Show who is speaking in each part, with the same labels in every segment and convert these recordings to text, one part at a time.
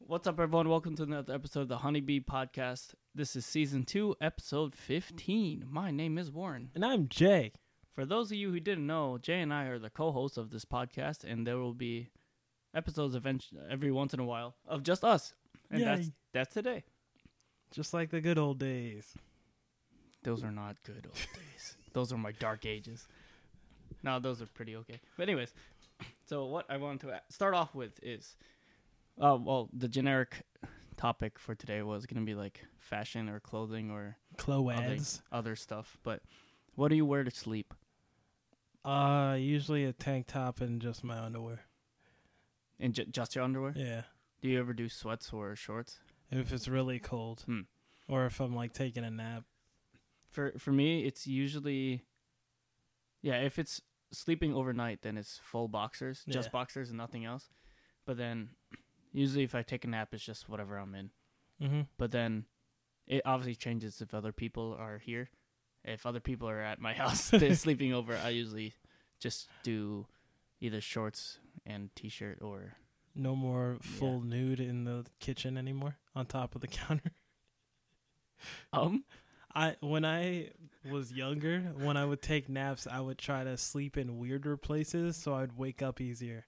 Speaker 1: What's up, everyone? Welcome to another episode of the Honeybee Podcast. This is season two, episode 15. My name is Warren.
Speaker 2: And I'm Jay.
Speaker 1: For those of you who didn't know, Jay and I are the co hosts of this podcast, and there will be episodes event- every once in a while of just us. And that's
Speaker 2: Yay.
Speaker 1: that's today.
Speaker 2: Just like the good old days.
Speaker 1: Those are not good old days. Those are my dark ages. No, those are pretty okay. But anyways, so what I want to a- start off with is, uh, well, the generic topic for today was gonna be like fashion or clothing or other,
Speaker 2: Cloads.
Speaker 1: other stuff. But what do you wear to sleep?
Speaker 2: Uh, usually a tank top and just my underwear.
Speaker 1: And j- just your underwear?
Speaker 2: Yeah.
Speaker 1: Do you ever do sweats or shorts?
Speaker 2: If it's really cold.
Speaker 1: Hmm.
Speaker 2: Or if I'm like taking a nap.
Speaker 1: For for me, it's usually, yeah, if it's sleeping overnight, then it's full boxers, just
Speaker 2: Yeah.
Speaker 1: boxers and nothing else. But then, usually, if I take a nap, it's just whatever I'm in.
Speaker 2: Mm-hmm.
Speaker 1: But then, it obviously changes if other people are here. If other people are at my house they're sleeping over, I usually just do either shorts and t-shirt or
Speaker 2: No more full nude in the kitchen anymore on top of the counter.
Speaker 1: um
Speaker 2: I when I was younger, when I would take naps, I would try to sleep in weirder places so I'd wake up easier.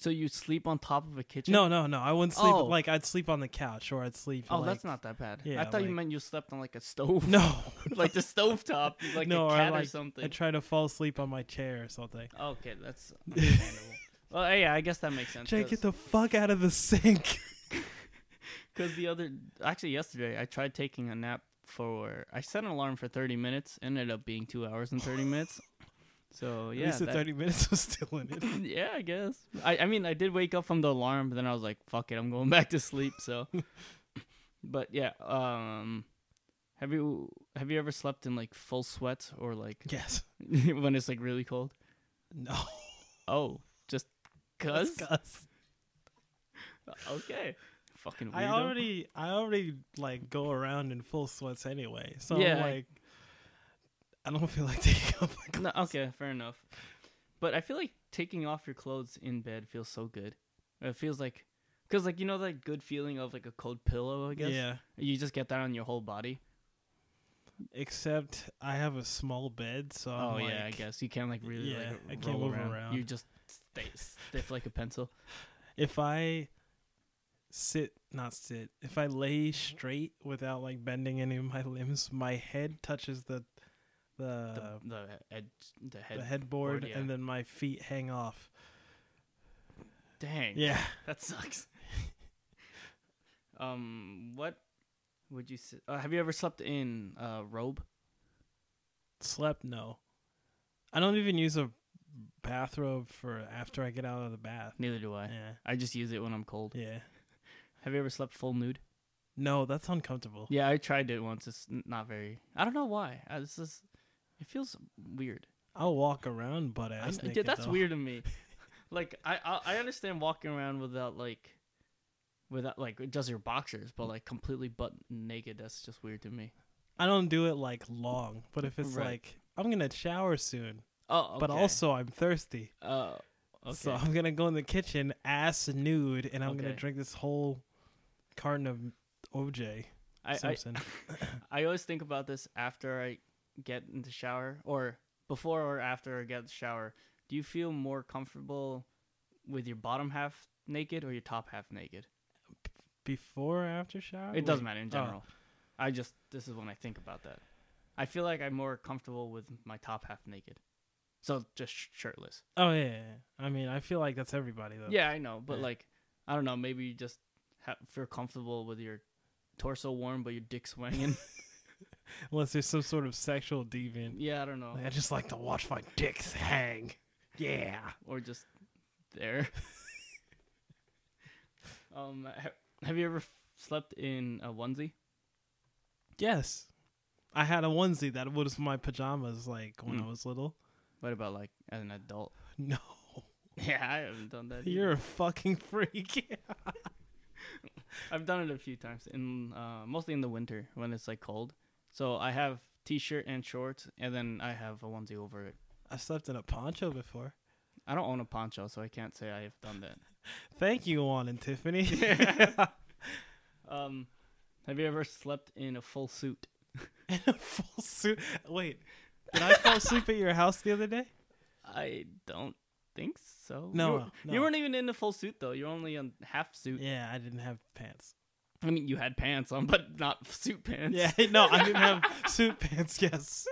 Speaker 1: So you sleep on top of a kitchen?
Speaker 2: No, no, no. I wouldn't sleep
Speaker 1: Oh.
Speaker 2: like I'd sleep on the couch or I'd sleep
Speaker 1: Oh,
Speaker 2: like-
Speaker 1: that's not that bad. I
Speaker 2: Yeah,
Speaker 1: thought you
Speaker 2: like-
Speaker 1: meant you slept on like a stove.
Speaker 2: No.
Speaker 1: like the stove top, like
Speaker 2: No,
Speaker 1: a
Speaker 2: or
Speaker 1: cat or
Speaker 2: like- I
Speaker 1: something.
Speaker 2: try to fall asleep on my chair or something.
Speaker 1: okay, that's understandable. well, yeah, I guess that makes sense.
Speaker 2: Jay,
Speaker 1: Because
Speaker 2: get the fuck out of the sink.
Speaker 1: the other, actually yesterday, I tried taking a nap for. I set an alarm for thirty minutes. Ended up being two hours and thirty minutes. So
Speaker 2: At
Speaker 1: yeah,
Speaker 2: least the
Speaker 1: that-
Speaker 2: 30 minutes was still in it.
Speaker 1: yeah, I guess. I, I mean, I did wake up from the alarm, but then I was like, "Fuck it, I'm going back to sleep." So, but yeah, um, have you have you ever slept in like full sweats or like
Speaker 2: Yes.
Speaker 1: when it's like really cold?
Speaker 2: No.
Speaker 1: Oh, just cause?
Speaker 2: Discuss.
Speaker 1: Okay, fucking. Weirdo.
Speaker 2: I already, I already like go around in full sweats anyway. So
Speaker 1: Yeah,
Speaker 2: I'm
Speaker 1: I-
Speaker 2: like, I don't feel like taking off my clothes.
Speaker 1: No, okay, fair enough. But I feel like taking off your clothes in bed feels so good. It feels like, cause like you know that good feeling of like a cold pillow. I guess.
Speaker 2: Yeah.
Speaker 1: You just get that on your whole body.
Speaker 2: Except I have a small bed, so
Speaker 1: Oh
Speaker 2: I'm like,
Speaker 1: yeah, I guess you can't like really
Speaker 2: yeah,
Speaker 1: like
Speaker 2: I can't
Speaker 1: roll
Speaker 2: move
Speaker 1: around.
Speaker 2: around.
Speaker 1: You just stay stiff like a pencil.
Speaker 2: if I sit, not sit, if I lay straight without like bending any of my limbs, my head touches the
Speaker 1: The
Speaker 2: the,
Speaker 1: the edge, the head.
Speaker 2: Uh, the headboard,
Speaker 1: yeah.
Speaker 2: and then my feet hang off.
Speaker 1: Dang.
Speaker 2: Yeah.
Speaker 1: That sucks. um, what would you say? Uh, have you ever slept in a robe?
Speaker 2: Slept no. I don't even use a bathrobe for after I get out of the bath.
Speaker 1: Neither do I.
Speaker 2: Yeah.
Speaker 1: I just use it when I'm cold.
Speaker 2: Yeah.
Speaker 1: Have you ever slept full nude?
Speaker 2: No, that's uncomfortable.
Speaker 1: Yeah, I tried it once. It's n- not very. I don't know why. I, this is. It feels weird.
Speaker 2: I'll walk around butt
Speaker 1: I,
Speaker 2: ass.
Speaker 1: kn-
Speaker 2: naked,
Speaker 1: dude, that's
Speaker 2: though.
Speaker 1: weird to me. like I, I I understand walking around without like without like just your boxers, but like completely butt naked. That's just weird to me.
Speaker 2: I don't do it like long, but if it's
Speaker 1: Right.
Speaker 2: like I'm gonna shower soon,
Speaker 1: Oh,
Speaker 2: but
Speaker 1: okay.
Speaker 2: also I'm thirsty.
Speaker 1: oh, okay.
Speaker 2: So I'm gonna go in the kitchen, ass nude, and I'm gonna
Speaker 1: Okay.
Speaker 2: drink this whole carton of OJ
Speaker 1: I, I
Speaker 2: Simpson.
Speaker 1: I always think about this after I get in the shower or before or after I get in the shower. Do you feel more comfortable with your bottom half naked or your top half naked?
Speaker 2: Before or after shower?
Speaker 1: It doesn't
Speaker 2: Like,
Speaker 1: matter in
Speaker 2: oh,
Speaker 1: general. I just this is when I think about that. I feel like I'm more comfortable with my top half naked. So just sh- shirtless.
Speaker 2: Oh, yeah, yeah, yeah. I mean, I feel like that's everybody though.
Speaker 1: Yeah, I know, but
Speaker 2: Oh. Yeah.
Speaker 1: like I don't know, maybe you just ha- feel comfortable with your torso warm but your dick swinging.
Speaker 2: Unless there's some sort of sexual deviant.
Speaker 1: yeah, I don't know.
Speaker 2: Like, I just like to watch my dicks hang. Yeah.
Speaker 1: or just there. um, ha- have you ever f- slept in a onesie?
Speaker 2: Yes. I had a onesie that was my pajamas like when
Speaker 1: Mm.
Speaker 2: I was little.
Speaker 1: What about like as an adult?
Speaker 2: No.
Speaker 1: Yeah, I haven't done that. Either.
Speaker 2: You're a fucking freak.
Speaker 1: I've done it a few times in uh, mostly in the winter when it's like cold. So I have t-shirt and shorts, and then I have a onesie over it.
Speaker 2: I slept in a poncho before.
Speaker 1: I don't own a poncho, so I can't say I have done that.
Speaker 2: Thank you, Juan and Tiffany.
Speaker 1: Um, have you ever slept in a full suit?
Speaker 2: In a full suit. Wait, did I fall asleep at your house the other day?
Speaker 1: I don't think so.
Speaker 2: No,
Speaker 1: you, were-
Speaker 2: no.
Speaker 1: you weren't even in the full suit though. You're only in half suit.
Speaker 2: Yeah, I didn't have pants.
Speaker 1: I mean, you had pants on, but not suit pants.
Speaker 2: Yeah, no, I didn't have suit pants. Yes.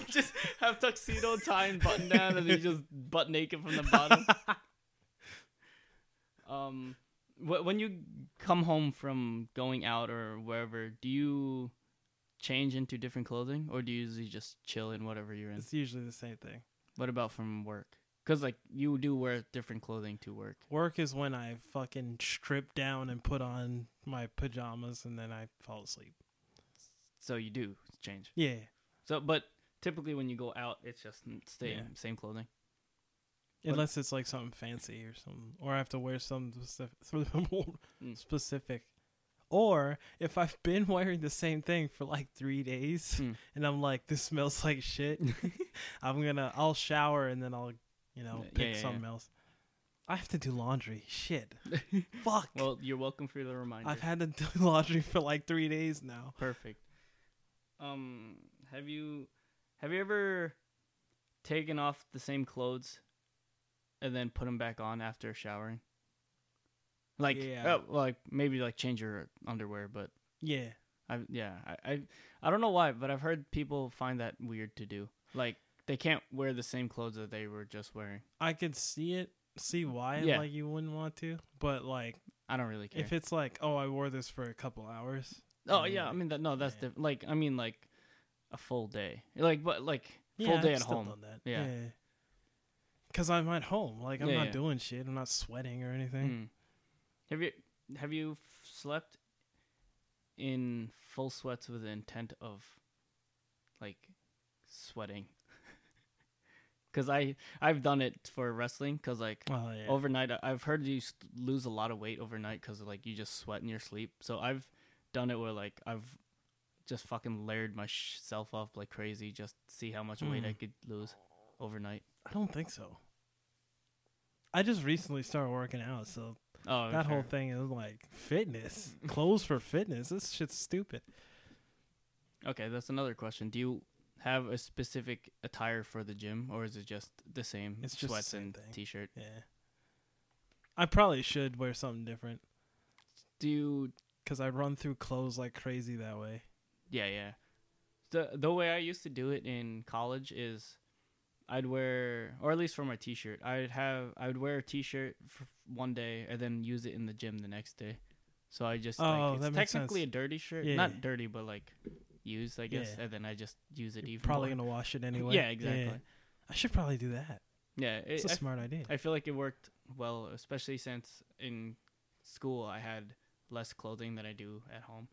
Speaker 1: You just have tuxedo tie and button down, and then you just butt naked from the bottom. um, wh- when you come home from going out or wherever, do you change into different clothing, or do you usually just chill in whatever you're in?
Speaker 2: It's usually the same thing.
Speaker 1: What about from work? Because like you do wear different clothing to work.
Speaker 2: Work is when I fucking strip down and put on my pajamas and then I fall asleep.
Speaker 1: so you do change.
Speaker 2: Yeah.
Speaker 1: So, but typically when you go out, it's just n- stay
Speaker 2: Yeah.
Speaker 1: same clothing. What-
Speaker 2: Unless it's like something fancy or something, or I have to wear some specific,
Speaker 1: Hmm.
Speaker 2: specific. Or if I've been wearing the same thing for like three days,
Speaker 1: Hmm.
Speaker 2: and I'm like, this smells like shit, I'm gonna, I'll shower and then I'll, you know,
Speaker 1: Yeah,
Speaker 2: pick
Speaker 1: yeah, yeah.
Speaker 2: something else. I have to do laundry. Shit. Fuck.
Speaker 1: Well, you're welcome for the reminder.
Speaker 2: I've had to do laundry for like three days now.
Speaker 1: Perfect. Um, have you have you ever taken off the same clothes and then put them back on after showering? Like,
Speaker 2: Yeah.
Speaker 1: oh, like maybe like change your underwear, but
Speaker 2: Yeah.
Speaker 1: I yeah, I, I I don't know why, but I've heard people find that weird to do. Like they can't wear the same clothes that they were just wearing.
Speaker 2: I could see it, see why
Speaker 1: Yeah.
Speaker 2: like you wouldn't want to, but like
Speaker 1: I don't really care.
Speaker 2: if it's like, oh, I wore this for a couple hours.
Speaker 1: oh
Speaker 2: then,
Speaker 1: yeah, I
Speaker 2: like,
Speaker 1: mean that no, that's
Speaker 2: yeah.
Speaker 1: different. Like I mean like a full day. Like but like
Speaker 2: yeah,
Speaker 1: full
Speaker 2: I've
Speaker 1: day at
Speaker 2: still
Speaker 1: home.
Speaker 2: done that.
Speaker 1: Yeah.
Speaker 2: Cause I'm at home, like I'm
Speaker 1: Yeah,
Speaker 2: not
Speaker 1: yeah.
Speaker 2: doing shit. I'm not sweating or
Speaker 1: Mm.
Speaker 2: anything.
Speaker 1: Have you have you f- slept in full sweats with the intent of like sweating? Because I I've done it for wrestling. Because like
Speaker 2: Oh yeah.
Speaker 1: overnight, I- I've heard you s- lose a lot of weight overnight because like you just sweat in your sleep. So I've done it where like I've just fucking layered myself up like crazy just to see how much weight I
Speaker 2: Mm.
Speaker 1: could lose overnight.
Speaker 2: I don't think so. I just recently started working out, so
Speaker 1: Oh,
Speaker 2: that
Speaker 1: sure.
Speaker 2: whole thing is like fitness, clothes for fitness. This shit's stupid.
Speaker 1: Okay, that's another question. Do you have a specific attire for the gym, or is it just the same
Speaker 2: It's just the
Speaker 1: sweats
Speaker 2: same
Speaker 1: and
Speaker 2: thing.
Speaker 1: t-shirt?
Speaker 2: Yeah. I probably should wear something different
Speaker 1: Do you?
Speaker 2: because I run through clothes like crazy that way.
Speaker 1: Yeah, yeah. The the way I used to do it in college is, I'd wear, or at least for my t-shirt, I'd have, I would wear a t-shirt for one day and then use it in the gym the next day. So I just
Speaker 2: Oh,
Speaker 1: like,
Speaker 2: that
Speaker 1: it's
Speaker 2: makes
Speaker 1: technically
Speaker 2: sense.
Speaker 1: a dirty shirt,
Speaker 2: Yeah,
Speaker 1: not
Speaker 2: yeah.
Speaker 1: dirty, but like used, I guess,
Speaker 2: Yeah.
Speaker 1: and then I just use it
Speaker 2: You're
Speaker 1: even
Speaker 2: probably
Speaker 1: more.
Speaker 2: gonna wash it anyway.
Speaker 1: Yeah, exactly.
Speaker 2: I should probably do that.
Speaker 1: Yeah,
Speaker 2: It's
Speaker 1: it-
Speaker 2: a
Speaker 1: I
Speaker 2: smart idea.
Speaker 1: I feel like it worked well, especially since in school I had less clothing than I do at home.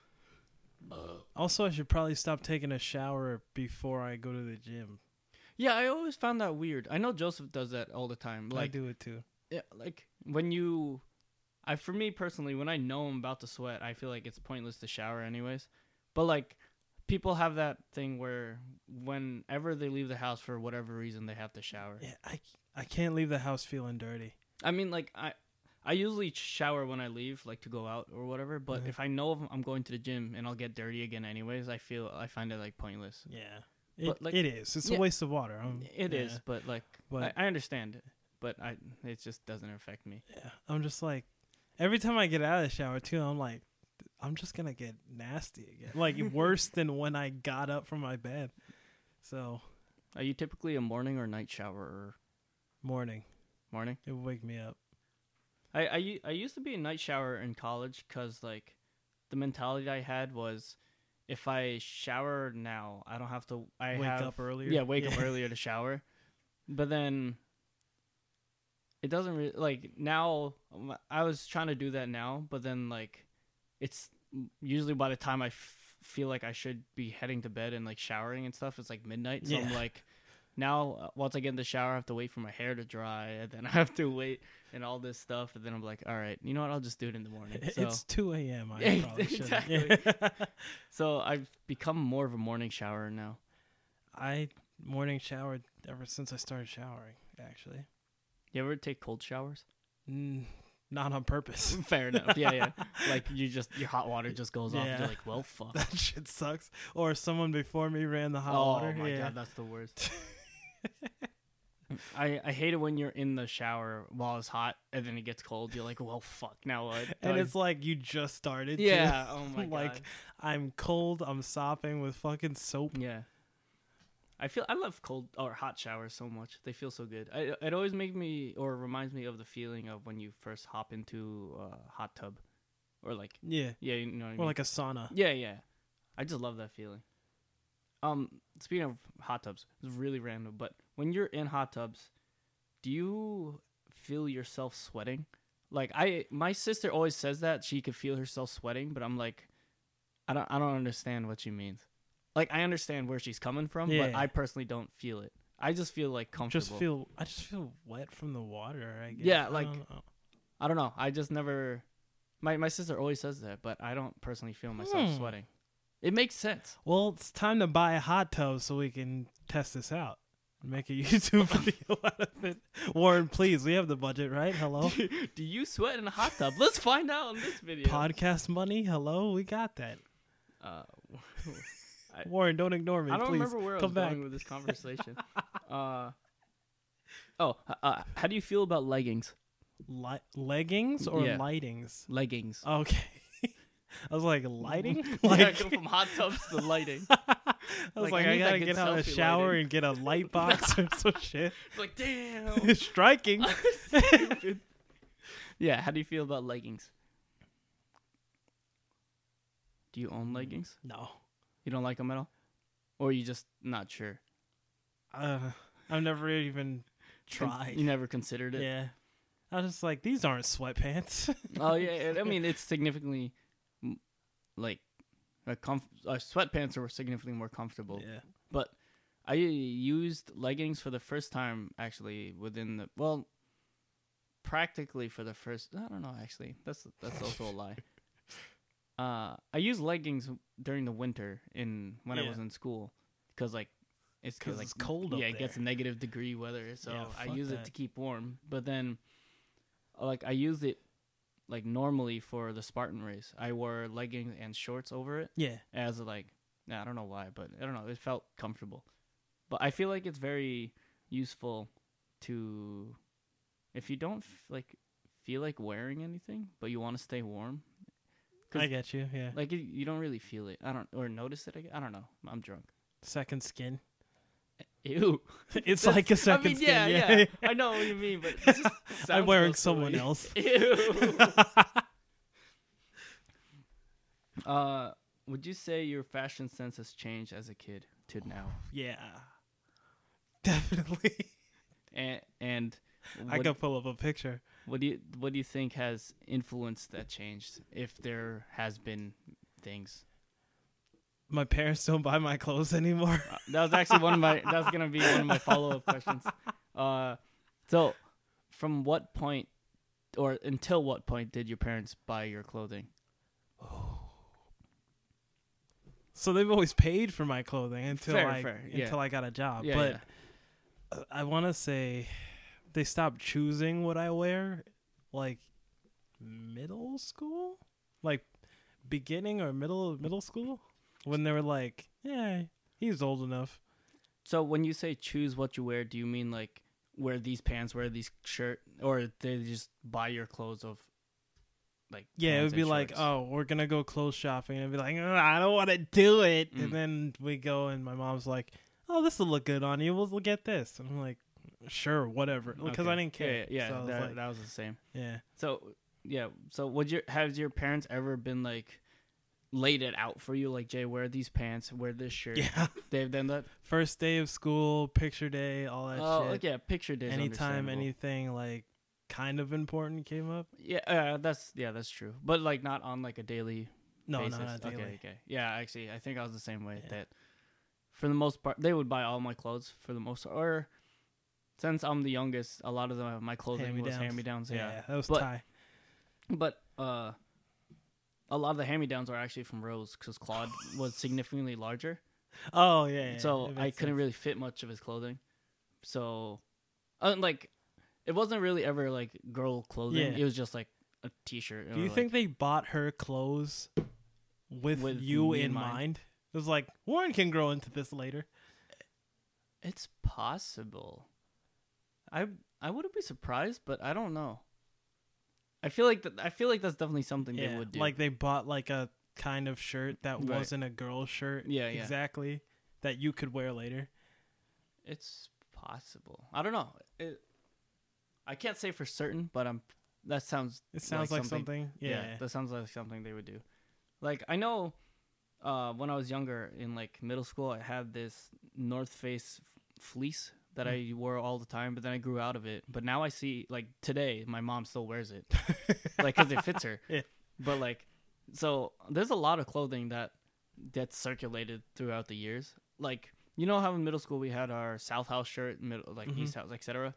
Speaker 2: also, I should probably stop taking a shower before I go to the gym.
Speaker 1: Yeah, I always found that weird. I know Joseph does that all the time.
Speaker 2: I
Speaker 1: Like,
Speaker 2: do it too.
Speaker 1: yeah, like when you, I for me personally, when I know I'm about to sweat, I feel like it's pointless to shower anyways. But like, people have that thing where whenever they leave the house for whatever reason, they have to shower.
Speaker 2: Yeah, I I can't leave the house feeling dirty.
Speaker 1: I mean, like I, I usually shower when I leave, like to go out or whatever. But
Speaker 2: Mhm.
Speaker 1: if I know I'm- I'm going to the gym and I'll get dirty again anyways, I feel I find it like pointless.
Speaker 2: Yeah, it,
Speaker 1: But, like-
Speaker 2: it is. It's
Speaker 1: Yeah.
Speaker 2: a waste of water. I'm,
Speaker 1: It is,
Speaker 2: Oh, yeah,
Speaker 1: but like
Speaker 2: But-
Speaker 1: I, I understand it, but I it just doesn't affect me.
Speaker 2: Yeah, I'm just like every time I get out of the shower too, I'm like, I'm just gonna get nasty again. Like worse than when I got up from my bed. So
Speaker 1: Are you typically a morning or night showerer?
Speaker 2: morning,
Speaker 1: Morning.
Speaker 2: it would wake me up.
Speaker 1: I I, u- I used to be a night showerer in college because like the mentality I had was if I shower now, I don't have to. I
Speaker 2: wake
Speaker 1: have,
Speaker 2: up earlier.
Speaker 1: Yeah, wake up earlier to shower. But then it doesn't really like now um, I was trying to do that now, but then like it's usually by the time I f- feel like I should be heading to bed and like showering and stuff, it's like midnight. So I'm
Speaker 2: Yeah.
Speaker 1: like now uh, once I get in the shower, I have to wait for my hair to dry and then I have to wait and all this stuff and then I'm like, all right, you know what? I'll just do it in the morning. So
Speaker 2: It's 2 a.m. I
Speaker 1: Yeah,
Speaker 2: probably should.
Speaker 1: exactly. so I've become more of a morning showerer now.
Speaker 2: I morning showered ever since I started showering, actually.
Speaker 1: You ever take cold showers?
Speaker 2: Mm, not on purpose.
Speaker 1: Fair enough. Yeah, yeah. Like you just your hot water just goes off.
Speaker 2: Yeah.
Speaker 1: You're like, well, fuck.
Speaker 2: that shit sucks. Or someone before me ran the hot
Speaker 1: oh
Speaker 2: water.
Speaker 1: my
Speaker 2: yeah.
Speaker 1: god, that's the worst. I, I hate it when you're in the shower while it's hot and then it gets cold. You're like, well, fuck. Now what?
Speaker 2: and
Speaker 1: Like,
Speaker 2: it's like you just started. to-
Speaker 1: yeah. Oh my god.
Speaker 2: like I'm cold. I'm sopping with fucking soap.
Speaker 1: Yeah. I feel I love cold or hot showers so much. They feel so good. I, it always makes me or reminds me of the feeling of when you first hop into a hot tub, or like
Speaker 2: Yeah.
Speaker 1: yeah, you know what I mean.
Speaker 2: Or like a sauna.
Speaker 1: yeah, yeah. I just love that feeling. Um, speaking of hot tubs, it's really random, but when you're in hot tubs, do you feel yourself sweating? Like I, my sister always says that she could feel herself sweating, but I'm like, I don't, I don't understand what she means. Like I understand where she's coming from, but
Speaker 2: Yeah.
Speaker 1: I personally don't feel it. I just feel like comfortable.
Speaker 2: Just feel. I just feel wet from the water. I guess.
Speaker 1: Yeah,
Speaker 2: I
Speaker 1: like-
Speaker 2: don't know.
Speaker 1: I don't know. I just never. My my sister always says that, but I don't personally feel myself
Speaker 2: Hmm.
Speaker 1: sweating. It makes sense.
Speaker 2: Well, it's time to buy a hot tub so we can test this out. Make a YouTube video out of it. Warren, please, we have the budget, right? Hello?
Speaker 1: Do you sweat in a hot tub? Let's find out in this video.
Speaker 2: Podcast money? Hello? We got that.
Speaker 1: uh, I-
Speaker 2: Warren, don't ignore me,
Speaker 1: I don't
Speaker 2: please.
Speaker 1: remember where I was
Speaker 2: Come back.
Speaker 1: going with this conversation. uh, oh, uh, how do you feel about leggings?
Speaker 2: Li- leggings or
Speaker 1: Yeah.
Speaker 2: lightings?
Speaker 1: Leggings.
Speaker 2: Okay. I was like, Uh, lighting?
Speaker 1: Like,
Speaker 2: Like,
Speaker 1: go from hot tubs to lighting.
Speaker 2: I
Speaker 1: Like,
Speaker 2: was like,
Speaker 1: I
Speaker 2: I,
Speaker 1: need that
Speaker 2: gotta
Speaker 1: good
Speaker 2: get out of the
Speaker 1: selfie
Speaker 2: shower
Speaker 1: lighting.
Speaker 2: and get a light box or some shit.
Speaker 1: like, damn.
Speaker 2: Striking.
Speaker 1: Stupid. yeah, how do you feel about leggings? Do you
Speaker 2: Hmm.
Speaker 1: own leggings?
Speaker 2: No.
Speaker 1: You don't like them at all? Or you just not sure?
Speaker 2: Uh, I've never even
Speaker 1: Con-
Speaker 2: tried.
Speaker 1: You never considered it?
Speaker 2: Yeah. I was just like, these aren't sweatpants.
Speaker 1: oh yeah, and I mean it's significantly m- like a comf- uh, sweatpants are significantly more comfortable.
Speaker 2: yeah.
Speaker 1: But I used leggings for the first time actually within the well, practically for the first. I don't know actually. That's that's also a lie. Uh, I used leggings during the winter in when I
Speaker 2: Yeah.
Speaker 1: was in school because like it's
Speaker 2: 'Cause
Speaker 1: like
Speaker 2: it's cold up
Speaker 1: Yeah, it gets
Speaker 2: there.
Speaker 1: negative degree weather, so
Speaker 2: Yeah,
Speaker 1: I
Speaker 2: fuck
Speaker 1: use it
Speaker 2: that.
Speaker 1: to keep warm. But then, like I used it like normally for the Spartan race. I wore leggings and shorts over it
Speaker 2: Yeah.
Speaker 1: as like I don't know why, but I don't know. It felt comfortable, but I feel like it's very useful to if you don't f- like feel like wearing anything, but you want to stay warm. 'Cause-
Speaker 2: I get you. Yeah.
Speaker 1: Like you, you don't really feel it. I don't or notice it. I gu- I don't know. I'm drunk.
Speaker 2: Second skin.
Speaker 1: Ew.
Speaker 2: It's
Speaker 1: That's-
Speaker 2: like a
Speaker 1: I
Speaker 2: second
Speaker 1: mean,
Speaker 2: skin.
Speaker 1: yeah, yeah, I know what you mean, but it just
Speaker 2: I'm
Speaker 1: sounds
Speaker 2: wearing
Speaker 1: gross
Speaker 2: someone
Speaker 1: already.
Speaker 2: else.
Speaker 1: Ew. uh, would you say your fashion sense has changed as a kid to now?
Speaker 2: yeah. Definitely.
Speaker 1: and and
Speaker 2: I
Speaker 1: what,
Speaker 2: could pull up a picture.
Speaker 1: what do you what do you think has influenced that change if there has been things
Speaker 2: My parents don't buy my clothes anymore.
Speaker 1: Uh, that was actually one of my that was gonna be one of my follow-up questions uh so from what point or until what point did your parents buy your clothing
Speaker 2: So they've always paid for my clothing until
Speaker 1: Fair,
Speaker 2: I
Speaker 1: fair, yeah.
Speaker 2: until I got a job.
Speaker 1: yeah,
Speaker 2: but
Speaker 1: yeah.
Speaker 2: uh, I want to say they stopped choosing what I wear like middle school, like beginning or middle of middle school when they were like, yeah, he's old enough.
Speaker 1: so when you say choose what you wear do you mean like wear these pants wear these shirt or they just buy your clothes of like
Speaker 2: Yeah, it
Speaker 1: pants
Speaker 2: would be
Speaker 1: and
Speaker 2: like,
Speaker 1: shorts?
Speaker 2: oh, we're gonna go clothes shopping, and I'd be like, "Ugh, I don't want to do it.
Speaker 1: Mm.
Speaker 2: And then we go, and my mom's like, oh, this will look good on you. We'll, we'll get this. And I'm like, sure, whatever, because
Speaker 1: Okay.
Speaker 2: I didn't care.
Speaker 1: yeah, yeah,
Speaker 2: So I was
Speaker 1: that,
Speaker 2: like,
Speaker 1: that was the same
Speaker 2: yeah.
Speaker 1: So yeah, so would your has your parents ever been like laid it out for you like Jay wear these pants, wear this shirt?
Speaker 2: Yeah.
Speaker 1: They've done that.
Speaker 2: First day of school, picture day, all that
Speaker 1: Oh
Speaker 2: shit.
Speaker 1: like, yeah, picture days.
Speaker 2: anytime
Speaker 1: understandable.
Speaker 2: anything like kind of important came up.
Speaker 1: yeah, uh, that's yeah, that's true. But like not on like a daily
Speaker 2: No,
Speaker 1: basis.
Speaker 2: no, not daily.
Speaker 1: Okay, okay. Yeah, actually, I think I was the same way.
Speaker 2: Yeah.
Speaker 1: That for the most part, they would buy all my clothes for the most. Or since I'm the youngest, a lot of the, my clothing was
Speaker 2: Hand-me-downs.
Speaker 1: hand me downs.
Speaker 2: Yeah,
Speaker 1: yeah,
Speaker 2: that was
Speaker 1: But-
Speaker 2: Ty.
Speaker 1: But uh, a lot of the hand-me-downs are actually from Rose because Claude was significantly larger,
Speaker 2: Oh yeah. yeah,
Speaker 1: so
Speaker 2: that
Speaker 1: I
Speaker 2: makes
Speaker 1: couldn't
Speaker 2: sense.
Speaker 1: really fit much of his clothing. So, uh, like, It wasn't really ever like girl clothing.
Speaker 2: Yeah.
Speaker 1: It was just like a t-shirt.
Speaker 2: Do you think they bought her clothes with,
Speaker 1: With
Speaker 2: you
Speaker 1: me in
Speaker 2: in mind?
Speaker 1: mind?
Speaker 2: It was like Warren can grow into this later.
Speaker 1: it's possible? I I wouldn't be surprised, but I don't know. I feel like that. I feel like that's definitely something
Speaker 2: yeah,
Speaker 1: they would do.
Speaker 2: like they bought like a kind of shirt that
Speaker 1: Right.
Speaker 2: wasn't a girl shirt.
Speaker 1: Yeah, yeah.
Speaker 2: exactly. That you could wear later.
Speaker 1: it's possible. I don't know. It, I can't say for certain, but I'm. That sounds
Speaker 2: It sounds like, something. Yeah,
Speaker 1: that sounds like something they would do. Like I know, uh, when I was younger in like middle school, I had this North Face f- fleece that
Speaker 2: Hmm.
Speaker 1: I wore all the time, but then I grew out of it. But now I see like today, my mom still wears it, like because it fits her.
Speaker 2: Yeah.
Speaker 1: But like, so there's a lot of clothing that that's circulated throughout the years. Like you know how in middle school we had our South House shirt, middle like
Speaker 2: Mhm.
Speaker 1: East House, etc.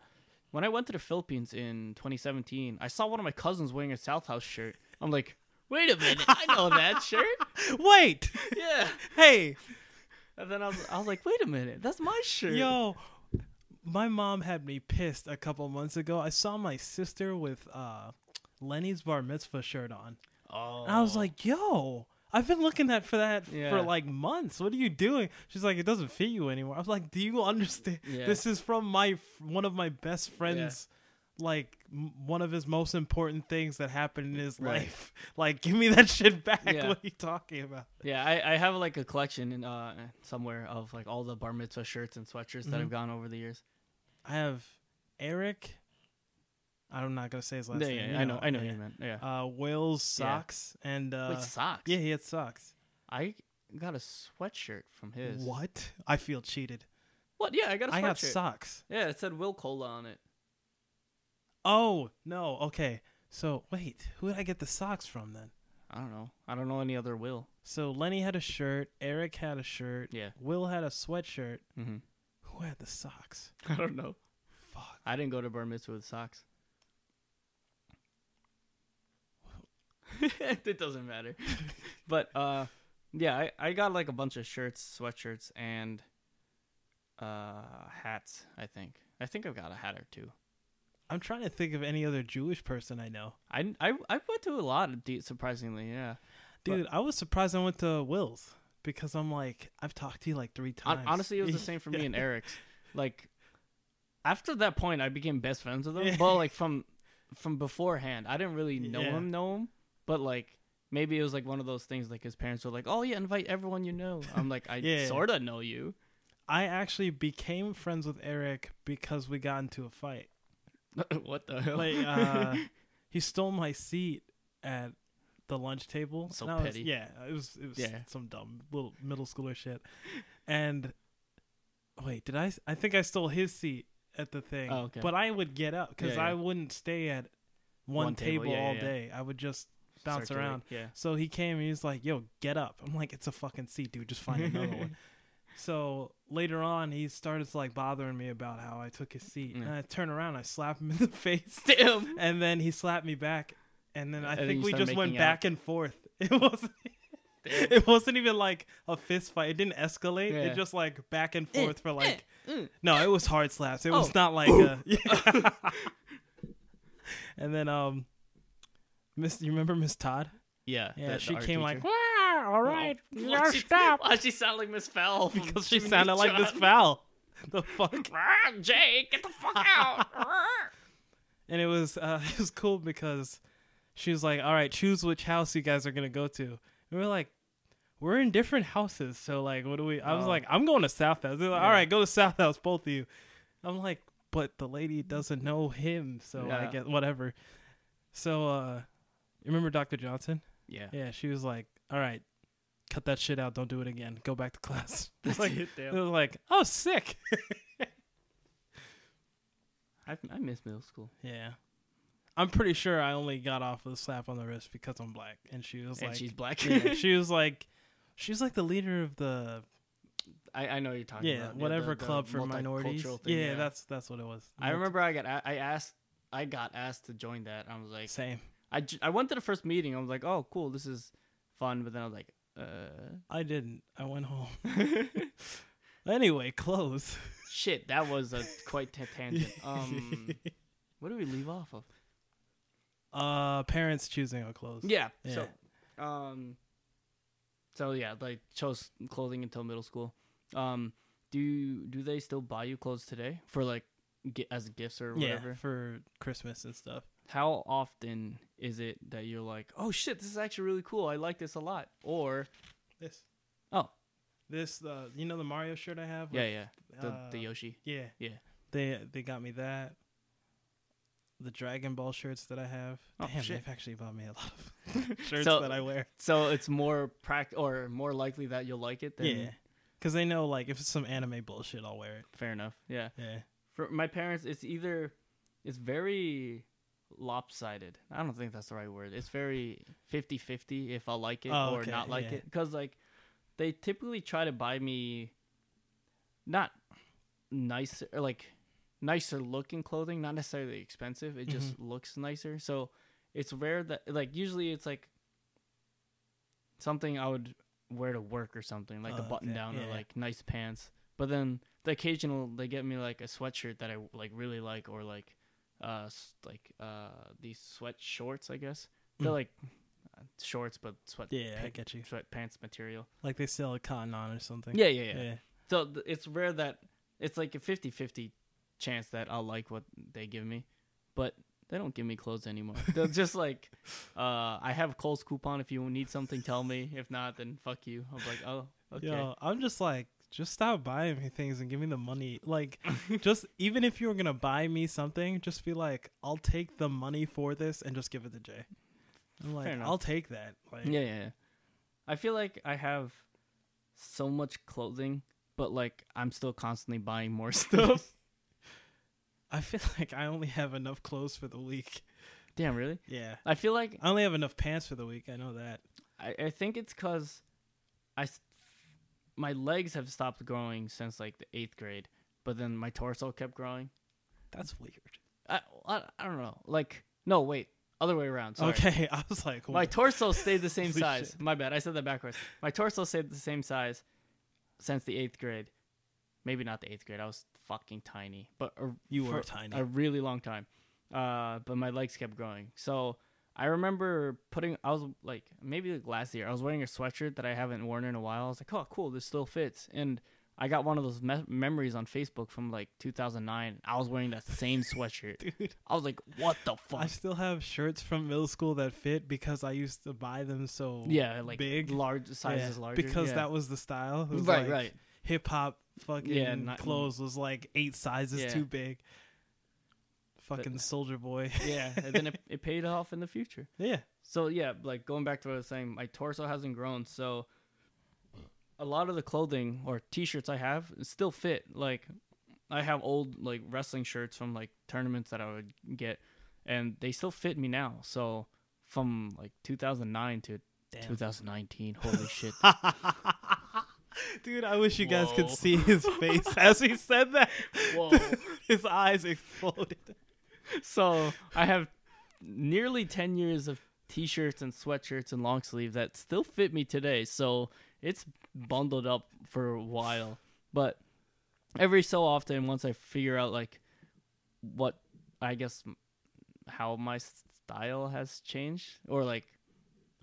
Speaker 1: When I went to the Philippines in 2017, I saw one of my cousins wearing a South House shirt. I'm like, wait a minute, I know that shirt.
Speaker 2: Wait,
Speaker 1: Yeah.
Speaker 2: hey,
Speaker 1: And then I was, I was like, wait a minute, that's my shirt.
Speaker 2: yo, my mom had me pissed a couple months ago. I saw my sister with uh, Lenny's bar mitzvah shirt on.
Speaker 1: Oh.
Speaker 2: And I was like, yo, I've been looking at for that
Speaker 1: Yeah.
Speaker 2: for like months. What are you doing? She's like, it doesn't fit you anymore. I was like, do you understand?
Speaker 1: Yeah.
Speaker 2: This is from my one of my best friends. Like m- one of his most important things that happened in his
Speaker 1: Right.
Speaker 2: life. Like, give me that shit back.
Speaker 1: Yeah.
Speaker 2: What are you talking about?
Speaker 1: yeah, I, I have like a collection in, uh, somewhere of like all the bar mitzvah shirts and sweatshirts that
Speaker 2: Mhm.
Speaker 1: I've gone over the years.
Speaker 2: I have Eric. I'm not gonna say his last
Speaker 1: yeah,
Speaker 2: name.
Speaker 1: yeah,
Speaker 2: you
Speaker 1: I know, I know what
Speaker 2: yeah.
Speaker 1: you meant. Yeah.
Speaker 2: Uh, Will's socks and uh,
Speaker 1: Wait, socks.
Speaker 2: yeah, he had socks.
Speaker 1: I got a sweatshirt from his.
Speaker 2: What? I feel cheated.
Speaker 1: What? Yeah, I got a sweatshirt.
Speaker 2: I have socks.
Speaker 1: Yeah, it said Will Cola on it.
Speaker 2: Oh no. Okay. So wait, who did I get the socks from then?
Speaker 1: I don't know. I don't know any other Will.
Speaker 2: So Lenny had a shirt. Eric had a shirt.
Speaker 1: Yeah.
Speaker 2: Will had a sweatshirt.
Speaker 1: Mm-hmm.
Speaker 2: Who had the socks?
Speaker 1: I don't know.
Speaker 2: Fuck.
Speaker 1: I didn't go to bar mitzvah with socks. it doesn't matter. but uh, yeah, I, I got like a bunch of shirts, sweatshirts, and uh, hats. I think. I think I've got a hat or two.
Speaker 2: I'm trying to think of any other Jewish person I know.
Speaker 1: I I I went to a lot of de- surprisingly. Yeah. But-
Speaker 2: Dude, I was surprised I went to Will's because I'm like, I've talked to you like three
Speaker 1: Hon-
Speaker 2: times.
Speaker 1: Honestly, it was the same for me and Eric's. Like after that point, I became best friends with him.
Speaker 2: Yeah.
Speaker 1: But like from from beforehand, I didn't really know
Speaker 2: Yeah.
Speaker 1: him, know him. But like maybe it was like one of those things. Like his parents were like, "Oh yeah, invite everyone you know." I'm like, I
Speaker 2: Yeah.
Speaker 1: sort of know you.
Speaker 2: I actually became friends with Eric because we got into a fight.
Speaker 1: what the hell?
Speaker 2: Like, uh, he stole my seat at the lunch table.
Speaker 1: So
Speaker 2: and I was-
Speaker 1: petty.
Speaker 2: yeah, it was it was
Speaker 1: Yeah.
Speaker 2: some dumb little middle schooler shit. And wait, did I? s- I think I stole his seat at the thing.
Speaker 1: Oh, okay.
Speaker 2: But I would get up because
Speaker 1: Yeah, yeah.
Speaker 2: I wouldn't stay at one,
Speaker 1: One table,
Speaker 2: table,
Speaker 1: yeah, yeah,
Speaker 2: all
Speaker 1: yeah.
Speaker 2: day. I would just bounce
Speaker 1: Circulate,
Speaker 2: around.
Speaker 1: Yeah.
Speaker 2: So he came and he's like, "Yo, get up!" I'm like, "It's a fucking seat, dude. Just find another one." So later on, he started to like bothering me about how I took his seat,
Speaker 1: Yeah.
Speaker 2: and I turn around, I slap him in the face
Speaker 1: Damn.
Speaker 2: and then he slapped me back and then i
Speaker 1: And then
Speaker 2: think
Speaker 1: you
Speaker 2: we
Speaker 1: started
Speaker 2: just went
Speaker 1: making out.
Speaker 2: back and forth it wasn't
Speaker 1: Damn.
Speaker 2: it wasn't even like a fist fight it didn't escalate
Speaker 1: Yeah.
Speaker 2: it just like back and forth for like
Speaker 1: Mm.
Speaker 2: no it was hard slaps it
Speaker 1: Oh.
Speaker 2: was not like a, and then um miss you remember miss todd
Speaker 1: Yeah.
Speaker 2: yeah
Speaker 1: the-
Speaker 2: she
Speaker 1: the art
Speaker 2: came like
Speaker 1: teacher.
Speaker 2: "Wah, all right now
Speaker 1: Why'd she,
Speaker 2: stop
Speaker 1: why'd she sound like Miss Fowl? from
Speaker 2: because she
Speaker 1: Jiminy
Speaker 2: sounded like miss
Speaker 1: Neutron?
Speaker 2: foul the fuck
Speaker 1: "Ah, Jay, get the fuck out.
Speaker 2: and it was uh, it was cool because she was like, "All right, choose which house you guys are gonna go to." And we were like, "We're in different houses, so like, what do we?" I was
Speaker 1: Oh.
Speaker 2: like, "I'm going to South House." They're like, "All
Speaker 1: Yeah.
Speaker 2: right, go to South House, both of you." I'm like, "But the lady doesn't know him, so I
Speaker 1: Yeah.
Speaker 2: guess whatever." So, uh, you remember Dr. Johnson?
Speaker 1: yeah.
Speaker 2: Yeah, she was like, "All right, cut that shit out. Don't do it again. Go back to class."
Speaker 1: That's
Speaker 2: like,
Speaker 1: it,
Speaker 2: It
Speaker 1: damn.
Speaker 2: was like, "Oh, sick."
Speaker 1: I, I miss middle school.
Speaker 2: Yeah. I'm pretty sure I only got off with a slap on the wrist because I'm black. And she was
Speaker 1: and
Speaker 2: like,
Speaker 1: she's black.
Speaker 2: yeah, she was like, she's like the leader of the,
Speaker 1: I, I know what you're talking
Speaker 2: yeah,
Speaker 1: about
Speaker 2: whatever
Speaker 1: the- the
Speaker 2: club for minorities.
Speaker 1: multicultural
Speaker 2: yeah,
Speaker 1: thing,
Speaker 2: that's, that's what it was.
Speaker 1: I
Speaker 2: Multi-
Speaker 1: remember I got a- I asked I got asked to join that. I was like,
Speaker 2: Same.
Speaker 1: I, j- I went to the first meeting. I was like, oh cool, this is fun. But then I was like, uh,
Speaker 2: I didn't. I went home. anyway, clothes.
Speaker 1: shit, that was a quite t- tangent. Um, What do we leave off of?
Speaker 2: Uh, parents choosing our clothes.
Speaker 1: Yeah.
Speaker 2: Yeah.
Speaker 1: So, um, so yeah, like chose clothing until middle school. Um, do do they still buy you clothes today for like gi- as gifts or
Speaker 2: Yeah,
Speaker 1: whatever?
Speaker 2: for Christmas and stuff.
Speaker 1: How often is it that you're like, oh shit, this is actually really cool. I like this a lot. Or
Speaker 2: This.
Speaker 1: Oh.
Speaker 2: This uh, you know the Mario shirt I have.
Speaker 1: yeah, yeah,
Speaker 2: with,
Speaker 1: the
Speaker 2: uh,
Speaker 1: the Yoshi.
Speaker 2: yeah,
Speaker 1: yeah.
Speaker 2: They they got me that. The Dragon Ball shirts that I have.
Speaker 1: Oh,
Speaker 2: Damn,
Speaker 1: shit.
Speaker 2: they've actually bought me a lot of shirts
Speaker 1: So-
Speaker 2: that I wear.
Speaker 1: So it's more pract or more likely that you'll like it. Than,
Speaker 2: Yeah. Because they know, like, if it's some anime bullshit, I'll wear it.
Speaker 1: Fair enough. Yeah.
Speaker 2: Yeah.
Speaker 1: for my parents it's either it's very lopsided i don't think that's the right word it's very 50-50 if i'll like it
Speaker 2: Oh,
Speaker 1: or
Speaker 2: okay,
Speaker 1: not like
Speaker 2: yeah.
Speaker 1: it because like they typically try to buy me not nicer or like nicer looking clothing not necessarily expensive it just
Speaker 2: Mm-hmm.
Speaker 1: looks nicer so it's rare that like usually it's like something i would wear to work or something like the
Speaker 2: Oh,
Speaker 1: button
Speaker 2: okay,
Speaker 1: down
Speaker 2: yeah.
Speaker 1: or like nice pants but then the occasional they get me like a sweatshirt that I like really like or like uh s- like uh these sweat shorts I guess they're
Speaker 2: Mm.
Speaker 1: like uh, shorts but sweat
Speaker 2: Yeah, I
Speaker 1: pa-
Speaker 2: get you.
Speaker 1: sweatpants material
Speaker 2: Like, they sell a cotton on or something.
Speaker 1: yeah yeah yeah,
Speaker 2: Yeah.
Speaker 1: so th- it's rare that it's like a 50-50 chance that I'll like what they give me but they don't give me clothes anymore they're just like uh I have Cole's coupon if you need something tell me if not then fuck you I'm like oh okay
Speaker 2: Yo, I'm just like, just stop buying me things and give me the money. Like, just even if you were gonna buy me something, just be like, I'll take the money for this and just give it to Jay. I'm like,
Speaker 1: enough.
Speaker 2: I'll take that. Like,
Speaker 1: Yeah, yeah, yeah. I feel like I have so much clothing, but like I'm still constantly buying more stuff.
Speaker 2: I feel like I only have enough clothes for the week.
Speaker 1: Damn, really?
Speaker 2: Yeah,
Speaker 1: I feel like
Speaker 2: I only have enough pants for the week. I know that.
Speaker 1: I, I think it's cause I s- my legs have stopped growing since like the eighth grade, but then my torso kept growing.
Speaker 2: That's weird.
Speaker 1: I I, I don't know. Like no, wait, other way around. Sorry.
Speaker 2: Okay, I was like,
Speaker 1: My
Speaker 2: what?
Speaker 1: torso stayed the same
Speaker 2: Holy
Speaker 1: size.
Speaker 2: shit.
Speaker 1: My bad. I said that backwards. My torso stayed the same size since the eighth grade. Maybe not the eighth grade. I was fucking tiny, but a,
Speaker 2: you were
Speaker 1: for
Speaker 2: tiny.
Speaker 1: a really long time. Uh, but my legs kept growing. So I remember putting. I was like maybe like last year. I was wearing a sweatshirt that I haven't worn in a while. I was like, oh, cool, this still fits. And I got one of those me- memories on Facebook from like 2009. I was wearing that same sweatshirt.
Speaker 2: Dude,
Speaker 1: I was like, what the
Speaker 2: I
Speaker 1: fuck?
Speaker 2: still have shirts from middle school that fit because I used to buy them so
Speaker 1: Yeah, like
Speaker 2: big.
Speaker 1: large sizes
Speaker 2: Yeah,
Speaker 1: larger
Speaker 2: because
Speaker 1: yeah.
Speaker 2: that was the style. It was
Speaker 1: Right,
Speaker 2: like
Speaker 1: right.
Speaker 2: Hip hop fucking
Speaker 1: Yeah, not-
Speaker 2: clothes was like eight sizes
Speaker 1: Yeah.
Speaker 2: too big. Fucking soldier boy.
Speaker 1: yeah, and then it, it paid off in the future.
Speaker 2: yeah.
Speaker 1: So yeah, like going back to what I was saying, my torso hasn't grown, so a lot of the clothing or t-shirts I have still fit. Like I have old like wrestling shirts from like tournaments that I would get, and they still fit me now. So from like 2009 to 2019, holy shit!
Speaker 2: Dude, I wish you guys could
Speaker 1: Whoa.
Speaker 2: see his face as he said that.
Speaker 1: Whoa.
Speaker 2: his eyes exploded.
Speaker 1: so I have nearly 10 years of t-shirts and sweatshirts and long sleeve that still fit me today. So it's bundled up for a while, but every so often once I figure out like what I guess m- how my style has changed or like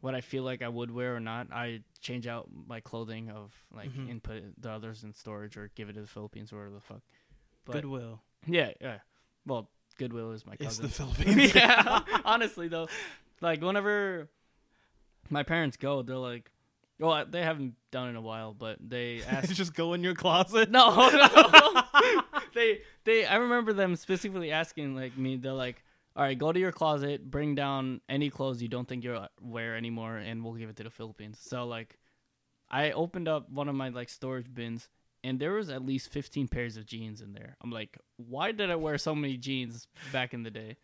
Speaker 1: what I feel like I would wear or not, I change out my clothing of like
Speaker 2: Mhm.
Speaker 1: and put the others in storage or give it to the Philippines or whatever the fuck. But
Speaker 2: Goodwill.
Speaker 1: yeah, yeah. Well, Goodwill is my
Speaker 2: It's
Speaker 1: cousin.
Speaker 2: the Philippines.
Speaker 1: yeah. Honestly though, like whenever my parents go, they're like, well, they haven't done it in a while, but they ask.
Speaker 2: Just go in your closet.
Speaker 1: no, no. they they. I remember them specifically asking like me. They're like, all right, go to your closet, bring down any clothes you don't think you wear anymore, and we'll give it to the Philippines. So like, I opened up one of my like storage bins. And there was at least fifteen pairs of jeans in there. I'm like, why did I wear so many jeans back in the day?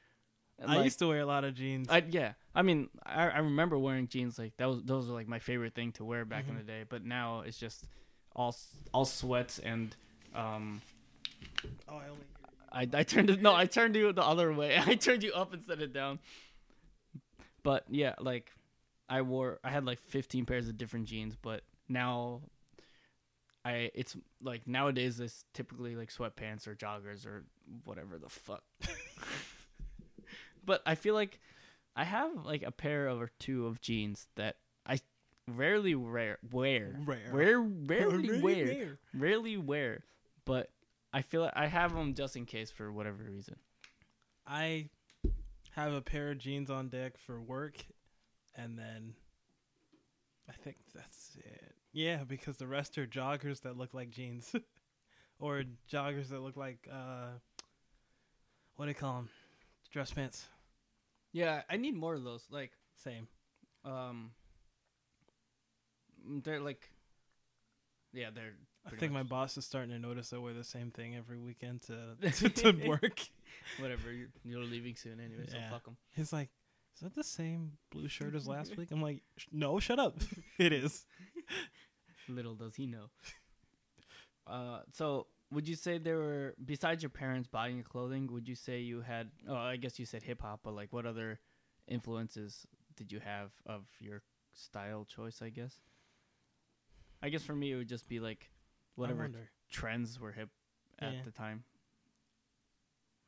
Speaker 2: I
Speaker 1: Like-
Speaker 2: used to wear a lot of jeans.
Speaker 1: I, yeah, I mean, I, I remember wearing jeans like that was those were like my favorite thing to wear back in the day. But now it's just all s- all sweats and um.
Speaker 2: oh, I only
Speaker 1: I, I turned it no I turned you the other way I turned you up instead of down. But yeah, like I wore I had like 15 pairs of different jeans, but now I it's like nowadays it's typically like sweatpants or joggers or whatever the fuck. but I feel like I have like a pair of or two of jeans that I rarely rare, wear.
Speaker 2: Rare.
Speaker 1: Wear, rarely
Speaker 2: Rarely
Speaker 1: wear.
Speaker 2: wear.
Speaker 1: Rarely wear. But I feel like I have them just in case for whatever reason.
Speaker 2: I have a pair of jeans on deck for work, and then I think that's it. Yeah, because the rest are joggers that look like jeans, or joggers that look like uh, what do you call them? Dress pants.
Speaker 1: Yeah, I need more of those. Like,
Speaker 2: Same.
Speaker 1: um, they're like, yeah, they're.
Speaker 2: I
Speaker 1: pretty
Speaker 2: think my
Speaker 1: much
Speaker 2: boss is starting to notice I wear the same thing every weekend to to, to work.
Speaker 1: whatever. You're, you're leaving soon anyway, so
Speaker 2: Yeah.
Speaker 1: fuck them.
Speaker 2: He's like, "Is that the same blue shirt as last week?" I'm like, "Sh- "No, shut up. it is."
Speaker 1: Little does he know. Uh, so would you say there were besides your parents buying your clothing? Would you say you had? Oh, I guess you said hip hop, but like, what other influences did you have of your style choice? I guess. I guess for me, it would just be like
Speaker 2: I
Speaker 1: whatever
Speaker 2: wonder.
Speaker 1: trends were hip at
Speaker 2: Yeah.
Speaker 1: the time.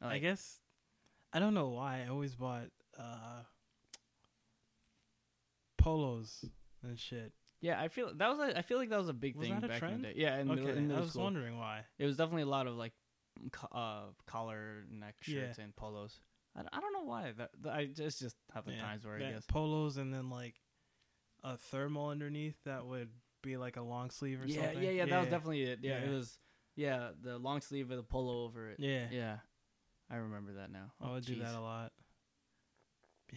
Speaker 2: I
Speaker 1: Like,
Speaker 2: guess I don't know why I always bought uh polos and shit.
Speaker 1: yeah, I feel that was a, I feel like that was a big
Speaker 2: Was
Speaker 1: thing
Speaker 2: that a
Speaker 1: back in
Speaker 2: trend?
Speaker 1: the day. Yeah, in,
Speaker 2: okay,
Speaker 1: middle, in
Speaker 2: I
Speaker 1: middle
Speaker 2: was
Speaker 1: school,
Speaker 2: wondering why.
Speaker 1: it was definitely a lot of like m- co- uh, collar neck
Speaker 2: Yeah.
Speaker 1: shirts and polos. I, d- I don't know why that, that- I just just how the
Speaker 2: Yeah,
Speaker 1: times were. I
Speaker 2: that
Speaker 1: guess
Speaker 2: polos and then like a thermal underneath that would be like a long sleeve or
Speaker 1: yeah,
Speaker 2: something.
Speaker 1: yeah, yeah, That was definitely it. Yeah, it
Speaker 2: Yeah.
Speaker 1: was. Yeah, the long sleeve with a polo over it.
Speaker 2: yeah. Oh,
Speaker 1: Yeah. I remember that now.
Speaker 2: I would do
Speaker 1: jeez.
Speaker 2: that a lot.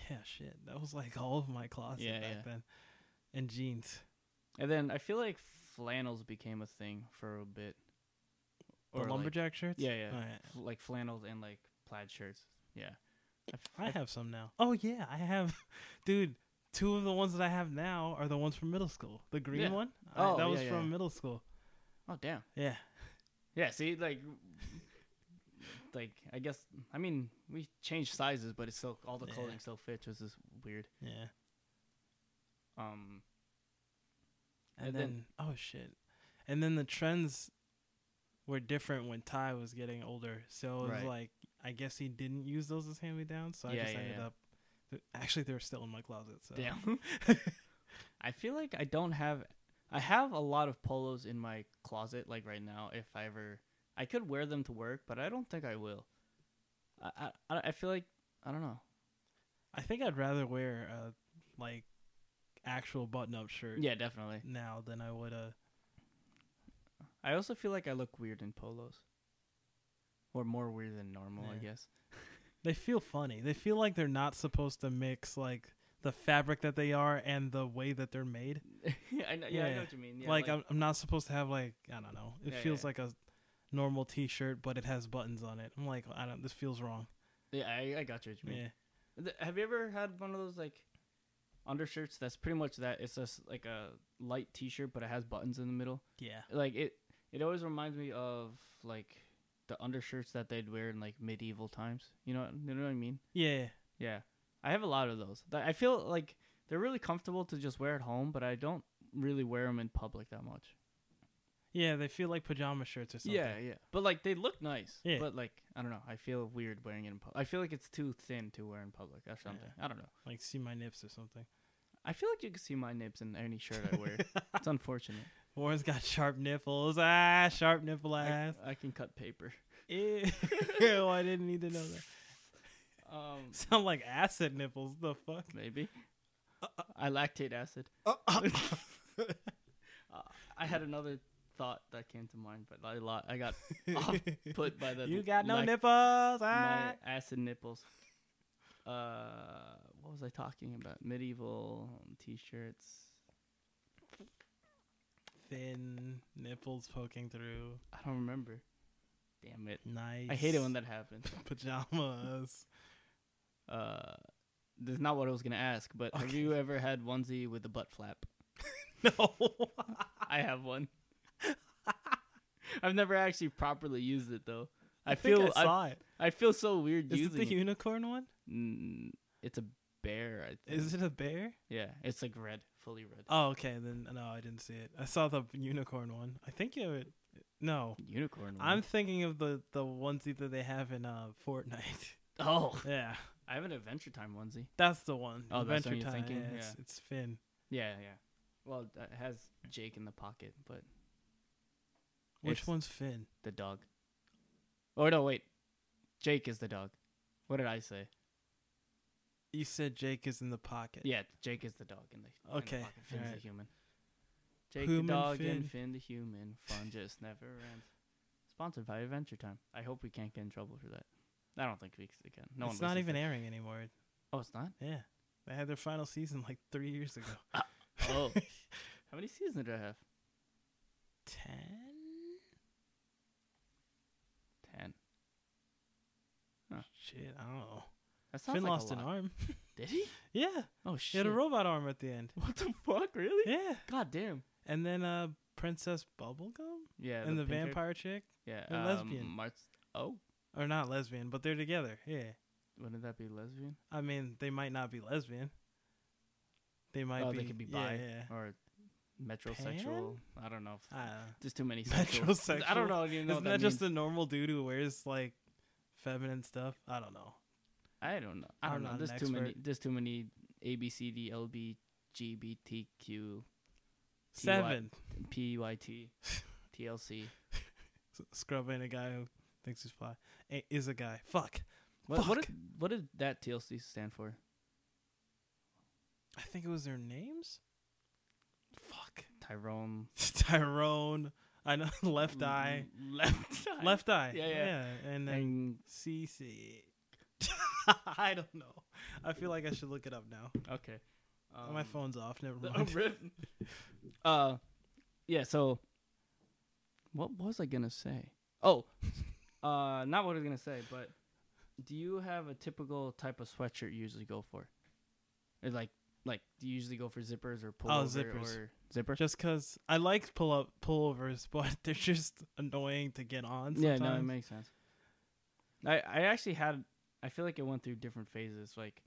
Speaker 2: Yeah, shit. That was like all of my closet
Speaker 1: Yeah,
Speaker 2: back
Speaker 1: yeah.
Speaker 2: then, and jeans.
Speaker 1: And then I feel like flannels became a thing for a bit.
Speaker 2: Or
Speaker 1: like-
Speaker 2: lumberjack shirts.
Speaker 1: yeah, yeah.
Speaker 2: Oh, yeah.
Speaker 1: F- like flannels and like plaid shirts. Yeah. I f- I
Speaker 2: I
Speaker 1: f-
Speaker 2: have some now. Oh yeah, I have, dude. Two of the ones that I have now are the ones from middle school. The green
Speaker 1: Yeah.
Speaker 2: one, I-
Speaker 1: Oh,
Speaker 2: that
Speaker 1: yeah,
Speaker 2: was
Speaker 1: yeah,
Speaker 2: from
Speaker 1: yeah.
Speaker 2: middle school.
Speaker 1: Oh damn.
Speaker 2: Yeah,
Speaker 1: Yeah. See, like, like I guess I mean we changed sizes, but it's still all the
Speaker 2: Yeah.
Speaker 1: clothing still fits, which is weird.
Speaker 2: yeah.
Speaker 1: Um.
Speaker 2: And,
Speaker 1: And
Speaker 2: then,
Speaker 1: then-
Speaker 2: oh shit, and then the trends were different when Ty was getting older. So it was
Speaker 1: Right.
Speaker 2: like I guess he didn't use those as hand me downs. So
Speaker 1: Yeah,
Speaker 2: I just
Speaker 1: yeah,
Speaker 2: ended
Speaker 1: yeah.
Speaker 2: up. th- Actually, they're still in my closet. So
Speaker 1: Damn. I feel like I don't have. I have a lot of polos in my closet, like right now. If I ever, I could wear them to work, but I don't think I will. I I, I I feel like I don't know.
Speaker 2: I think I'd rather wear a like actual button up shirt
Speaker 1: Yeah, definitely.
Speaker 2: now than I would a
Speaker 1: I also feel like I look weird in polos, or more weird than normal, I
Speaker 2: Yeah.
Speaker 1: guess.
Speaker 2: They feel funny. They feel like they're not supposed to mix like the fabric that they are and the way that they're made.
Speaker 1: I know, yeah, I
Speaker 2: Yeah.
Speaker 1: know what you mean. Yeah,
Speaker 2: like, I'm, I'm not supposed to have like I don't know. It
Speaker 1: Yeah, yeah,
Speaker 2: feels
Speaker 1: yeah.
Speaker 2: like a normal T-shirt, but it has buttons on it. I'm like I don't. This feels wrong.
Speaker 1: yeah, I, I got you what you mean.
Speaker 2: Yeah.
Speaker 1: Th- Have you ever had one of those like undershirts that's pretty much that? It's just like a light T-shirt, but it has buttons in the middle.
Speaker 2: Yeah.
Speaker 1: Like it, it always reminds me of like the undershirts that they'd wear in like medieval times. You know, you know what I mean?
Speaker 2: Yeah.
Speaker 1: Yeah, I have a lot of those. Th- I feel like they're really comfortable to just wear at home, but I don't really wear them in public that much.
Speaker 2: Yeah. They feel like pajama shirts or something.
Speaker 1: Yeah, yeah. But like they look nice.
Speaker 2: Yeah.
Speaker 1: But like I don't know. I feel weird wearing it in public. I feel like it's too thin to wear in public or something. I don't know.
Speaker 2: Like see my nips or something.
Speaker 1: I feel like you can see my nips in any shirt I wear. it's unfortunate.
Speaker 2: Warren's got sharp nipples. Ah, sharp nipple
Speaker 1: I,
Speaker 2: ass.
Speaker 1: I can cut paper.
Speaker 2: Ew. Ew, I didn't need to know that.
Speaker 1: Um,
Speaker 2: Sound like acid nipples. The fuck.
Speaker 1: maybe.
Speaker 2: uh-uh.
Speaker 1: I lactate acid. Uh, I had another thought that came to mind, but I lo- I got off uh, put by the
Speaker 2: You got no
Speaker 1: lac-
Speaker 2: nipples. Ah.
Speaker 1: My acid nipples. Uh, what was I talking about? Medieval um, t-shirts.
Speaker 2: Thin nipples poking through.
Speaker 1: I don't remember. Damn it.
Speaker 2: Nice.
Speaker 1: I hate it when that happens.
Speaker 2: pajamas.
Speaker 1: Uh, this is not what I was gonna ask, but have
Speaker 2: Okay.
Speaker 1: you ever had onesie with a butt flap?
Speaker 2: no.
Speaker 1: I have one. I've never actually properly used it though. I,
Speaker 2: think
Speaker 1: feel
Speaker 2: I
Speaker 1: I,
Speaker 2: saw it.
Speaker 1: I feel so weird
Speaker 2: Is it
Speaker 1: using
Speaker 2: the unicorn one?
Speaker 1: Mm, it's a bear. I think.
Speaker 2: Is it a bear?
Speaker 1: Yeah, it's like red, fully red.
Speaker 2: Oh, okay. Then no, I didn't see it. I saw the unicorn one. I think you. Would, no,
Speaker 1: Unicorn.
Speaker 2: I'm
Speaker 1: one.
Speaker 2: thinking of the the onesie that they have in uh Fortnite.
Speaker 1: Oh,
Speaker 2: yeah,
Speaker 1: I have an Adventure Time onesie.
Speaker 2: That's the one.
Speaker 1: Oh, that's the one
Speaker 2: Adventure
Speaker 1: you're
Speaker 2: Time,
Speaker 1: thinking?
Speaker 2: yeah, It's,
Speaker 1: Yeah.
Speaker 2: it's Finn.
Speaker 1: Yeah, yeah. Well, it has Jake in the pocket, but
Speaker 2: Which
Speaker 1: It's-
Speaker 2: one's Finn?
Speaker 1: the dog. Oh no, wait. Jake is the dog. What did I say?
Speaker 2: You said Jake is in the pocket.
Speaker 1: Yeah, Jake is the dog in the In
Speaker 2: Okay,
Speaker 1: the pocket. Finn's
Speaker 2: alright.
Speaker 1: the human. Jake
Speaker 2: Human
Speaker 1: the dog
Speaker 2: Finn.
Speaker 1: and Finn the human. Fun just never ends. Sponsored by Adventure Time. I hope we can't get in trouble for that. I don't think we c- can. No
Speaker 2: it's
Speaker 1: one
Speaker 2: not
Speaker 1: listens
Speaker 2: even
Speaker 1: to-
Speaker 2: airing anymore.
Speaker 1: Oh, it's not.
Speaker 2: Yeah. They had their final season like three years ago.
Speaker 1: Oh, how many seasons do I have?
Speaker 2: Ten?
Speaker 1: Ten.
Speaker 2: Shit, I don't know.
Speaker 1: That sounds
Speaker 2: Finn
Speaker 1: like
Speaker 2: lost
Speaker 1: a
Speaker 2: an
Speaker 1: lot.
Speaker 2: arm.
Speaker 1: Did he?
Speaker 2: yeah.
Speaker 1: Oh
Speaker 2: He
Speaker 1: shit!
Speaker 2: had a robot arm at the end.
Speaker 1: What the fuck? Really?
Speaker 2: Yeah.
Speaker 1: God damn.
Speaker 2: And then uh Princess Bubblegum?
Speaker 1: Yeah.
Speaker 2: and the,
Speaker 1: pink hair-
Speaker 2: vampire chick?
Speaker 1: Yeah.
Speaker 2: the
Speaker 1: um,
Speaker 2: lesbian.
Speaker 1: Mart's. Oh,
Speaker 2: Or not lesbian, but they're together. Yeah.
Speaker 1: wouldn't that be lesbian?
Speaker 2: I mean, they might not be lesbian. They might
Speaker 1: oh,
Speaker 2: be
Speaker 1: they could be
Speaker 2: yeah,
Speaker 1: bi
Speaker 2: Yeah.
Speaker 1: or metrosexual. I don't know.
Speaker 2: I don't know.
Speaker 1: There's too many sexuals. I
Speaker 2: Metrosexual?
Speaker 1: don't know. You know
Speaker 2: Isn't
Speaker 1: what
Speaker 2: that,
Speaker 1: that
Speaker 2: just
Speaker 1: means.
Speaker 2: a normal dude who wears like feminine stuff? I don't know.
Speaker 1: I don't know. I
Speaker 2: I'm
Speaker 1: don't know.
Speaker 2: not an
Speaker 1: There's too many.
Speaker 2: expert.
Speaker 1: There's too many A B C D L B G B T Q T Y-
Speaker 2: Seven.
Speaker 1: P Y T T L C.
Speaker 2: S- Scrubbing a guy who thinks he's fly. A- is a guy. Fuck.
Speaker 1: What, what
Speaker 2: Fuck.
Speaker 1: did what did that TLC stand for?
Speaker 2: I think it was their names. Fuck.
Speaker 1: Tyrone
Speaker 2: Tyrone. I know. Left eye.
Speaker 1: Left eye.
Speaker 2: Left eye.
Speaker 1: Mm-hmm. Yeah, yeah.
Speaker 2: And then
Speaker 1: And,
Speaker 2: CC. I don't know. I feel like I should look it up now.
Speaker 1: okay.
Speaker 2: My
Speaker 1: Um,
Speaker 2: phone's off. Never
Speaker 1: The-
Speaker 2: mind.
Speaker 1: uh, yeah. So, what was I gonna say? Oh, uh, not what I was gonna say, but do you have a typical type of sweatshirt you usually go for? Or like, like do you usually go for zippers or pullover
Speaker 2: zippers.
Speaker 1: or zipper?
Speaker 2: Just because I like pull up pullovers, but they're just annoying to get on.
Speaker 1: yeah,
Speaker 2: Sometimes.
Speaker 1: no, it makes sense. I I actually had I feel like it went through different phases. Like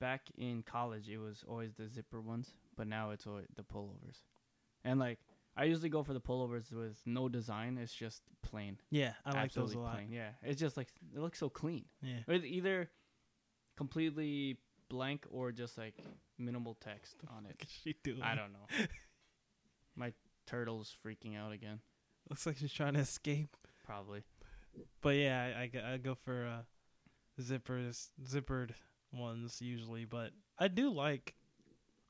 Speaker 1: back in college, it was always the zipper ones, but now it's always the pullovers. And like I usually go for the pullovers with no design. It's just plain,
Speaker 2: yeah, I like those
Speaker 1: absolutely
Speaker 2: a lot.
Speaker 1: plain. Yeah, it's just like it looks so clean.
Speaker 2: Yeah,
Speaker 1: Or it's either completely blank or just like minimal text on
Speaker 2: what
Speaker 1: it.
Speaker 2: is she doing?
Speaker 1: I don't know. My turtle's freaking out again.
Speaker 2: Looks like she's trying to escape.
Speaker 1: Probably.
Speaker 2: But yeah, I, I, go- I go for uh, zippers, zippered ones usually. But I do like.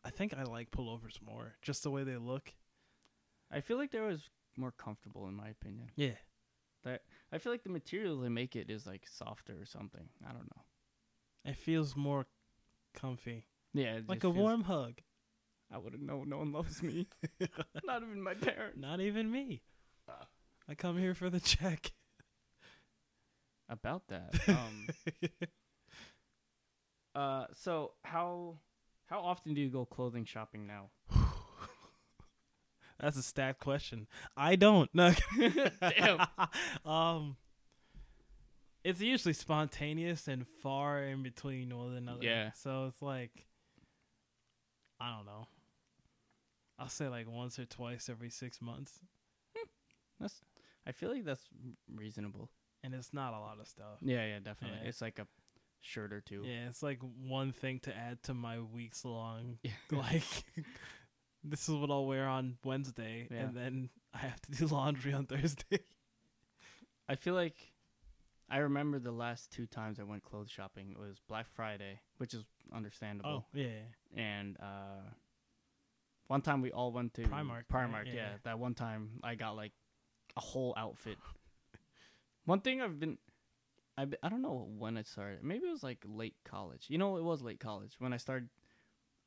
Speaker 2: I think I like pullovers more, just the way they look.
Speaker 1: I feel like there was more comfortable in my opinion.
Speaker 2: Yeah,
Speaker 1: I feel like the material they make it is like softer or something. I don't know.
Speaker 2: it feels more comfy,
Speaker 1: Yeah, it
Speaker 2: like
Speaker 1: just
Speaker 2: a
Speaker 1: feels-
Speaker 2: warm hug.
Speaker 1: I wouldn't know. No one loves me. Not even my parents.
Speaker 2: Not even me.
Speaker 1: Ah.
Speaker 2: I come here for the check.
Speaker 1: About that. Um, uh, so how how often do you go clothing shopping now?
Speaker 2: That's a stacked question. I don't. No.
Speaker 1: Damn.
Speaker 2: um, it's usually spontaneous and far in between one another.
Speaker 1: Yeah.
Speaker 2: So it's like, I don't know. I'll say like once or twice every six months,
Speaker 1: That's. I feel like that's reasonable.
Speaker 2: and it's not a lot of stuff.
Speaker 1: Yeah, yeah, definitely.
Speaker 2: Yeah.
Speaker 1: It's like a shirt or two.
Speaker 2: Yeah, it's like one thing to add to my weeks long.
Speaker 1: Yeah.
Speaker 2: Like, this is what I'll wear on Wednesday,
Speaker 1: Yeah.
Speaker 2: and then I have to do laundry on Thursday.
Speaker 1: I feel like I remember the last two times I went clothes shopping was Black Friday, which is understandable.
Speaker 2: Oh, yeah.
Speaker 1: and uh, one time we all went to
Speaker 2: Primark, right?
Speaker 1: Primark,
Speaker 2: Yeah,
Speaker 1: yeah,
Speaker 2: yeah.
Speaker 1: That one time I got like a whole outfit. one thing I've been, I I don't know when it started. Maybe it was like late college. You know, it was late college when I started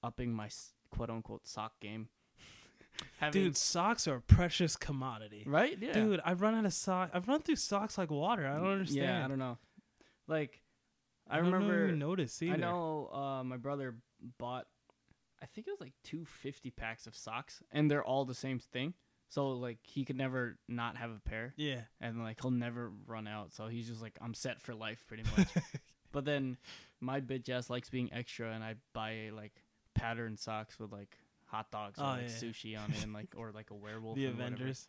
Speaker 1: upping my quote unquote sock game. Having,
Speaker 2: Dude, socks are a precious commodity.
Speaker 1: right? Yeah,
Speaker 2: Dude, I've run out of socks. I've run through socks like water. I don't understand.
Speaker 1: Yeah, I don't know. Like, I,
Speaker 2: don't know if you
Speaker 1: remember
Speaker 2: noticed either.
Speaker 1: I know uh, my brother bought, I think it was like two fifty packs of socks, and they're all the same thing. So like he could never not have a pair,
Speaker 2: Yeah.
Speaker 1: and like he'll never run out. So he's just like I'm set for life pretty much. but then my bitch ass likes being extra, and I buy like patterned socks with like hot dogs or
Speaker 2: Oh,
Speaker 1: like
Speaker 2: yeah.
Speaker 1: sushi on it, and like or like a werewolf.
Speaker 2: the
Speaker 1: and whatever.
Speaker 2: Avengers.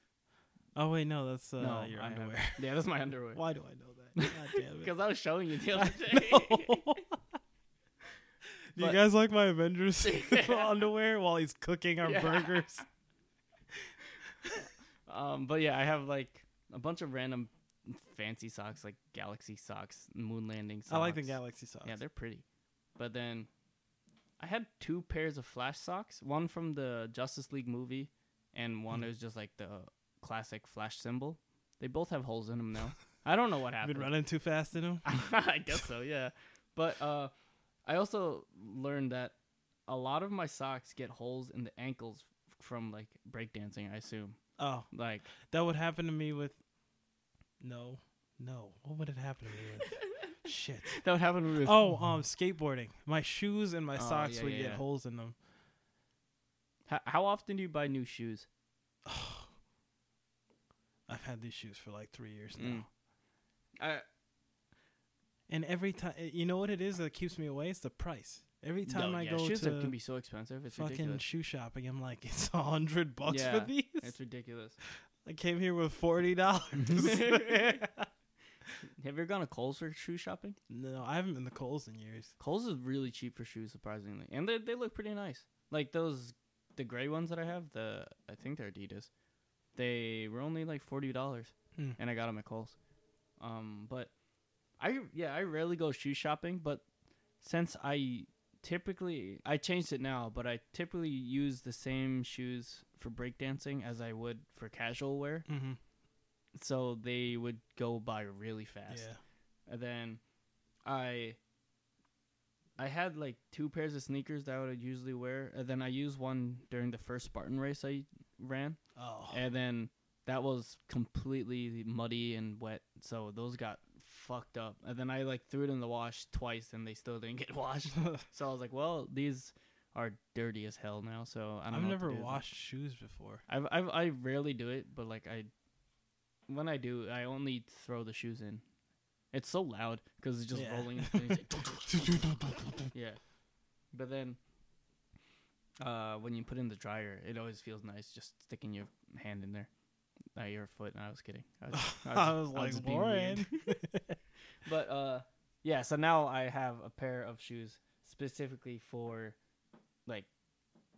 Speaker 2: Oh wait, no, that's uh,
Speaker 1: No,
Speaker 2: your
Speaker 1: I have-
Speaker 2: underwear.
Speaker 1: Yeah, that's my underwear.
Speaker 2: Why do I know that? God damn it.
Speaker 1: Because I was showing you the other
Speaker 2: I
Speaker 1: day.
Speaker 2: know. Do you
Speaker 1: But-
Speaker 2: guys like my Avengers underwear while he's cooking our
Speaker 1: Yeah.
Speaker 2: burgers?
Speaker 1: Um, but yeah, I have like a bunch of random fancy socks, like galaxy socks, moon landing socks.
Speaker 2: I like the galaxy socks.
Speaker 1: Yeah, they're pretty. But then I had two pairs of Flash socks, one from the Justice League movie, and
Speaker 2: Mm-hmm.
Speaker 1: one is just like the classic Flash symbol. They both have holes in them now. I don't know what
Speaker 2: I've been
Speaker 1: happened.
Speaker 2: running too fast in them.
Speaker 1: I guess so, yeah. But uh, I also learned that a lot of my socks get holes in the ankles from like breakdancing, I assume.
Speaker 2: Oh,
Speaker 1: Like
Speaker 2: that would happen to me with. No, no. What would it happen to me with? Shit.
Speaker 1: that would happen with
Speaker 2: Oh, um, skateboarding. My shoes and my
Speaker 1: Oh,
Speaker 2: socks
Speaker 1: yeah,
Speaker 2: would
Speaker 1: yeah,
Speaker 2: get
Speaker 1: yeah.
Speaker 2: holes in them.
Speaker 1: How, how often do you buy new shoes?
Speaker 2: I've had these shoes for like three years now.
Speaker 1: Mm. I,
Speaker 2: And every time, you know what it is that keeps me away? It's the price. Every time I go
Speaker 1: shoes
Speaker 2: to
Speaker 1: can be so expensive. It's
Speaker 2: fucking
Speaker 1: ridiculous.
Speaker 2: shoe shopping, I'm like, it's a hundred bucks
Speaker 1: Yeah,
Speaker 2: for these.
Speaker 1: It's ridiculous.
Speaker 2: I came here with forty dollars.
Speaker 1: Have you ever gone to Kohl's for shoe shopping?
Speaker 2: no, I haven't been to Kohl's in years.
Speaker 1: Kohl's is really cheap for shoes, surprisingly, and they they look pretty nice. Like those, the gray ones that I have. The I think they're Adidas. They were only like forty dollars,
Speaker 2: Hmm.
Speaker 1: and I got them at Kohl's. Um, but I yeah I rarely go shoe shopping, but since I typically I changed it now, but I typically use the same shoes for breakdancing as I would for casual wear,
Speaker 2: Mm-hmm.
Speaker 1: so they would go by really fast.
Speaker 2: Yeah.
Speaker 1: And then I I had like two pairs of sneakers that I would usually wear. And then I used one during the first Spartan race I ran.
Speaker 2: Oh.
Speaker 1: And then that was completely muddy and wet. So those got fucked up. And then I like threw it in the wash twice and they still didn't get washed. so I was like, well, these are dirty as hell now. So I don't
Speaker 2: I've
Speaker 1: know what to
Speaker 2: never
Speaker 1: do with them.
Speaker 2: washed shoes before.
Speaker 1: I've, I've I rarely do it, but like I, when I do, I only throw the shoes in. It's so loud because it's just
Speaker 2: Yeah.
Speaker 1: rolling. and it's like- yeah, but then, uh, when you put it in the dryer, it always feels nice just sticking your hand in there, not your foot. No, I was kidding. I was,
Speaker 2: I was like,
Speaker 1: just being weird. but uh, yeah. So now I have a pair of shoes specifically for, like,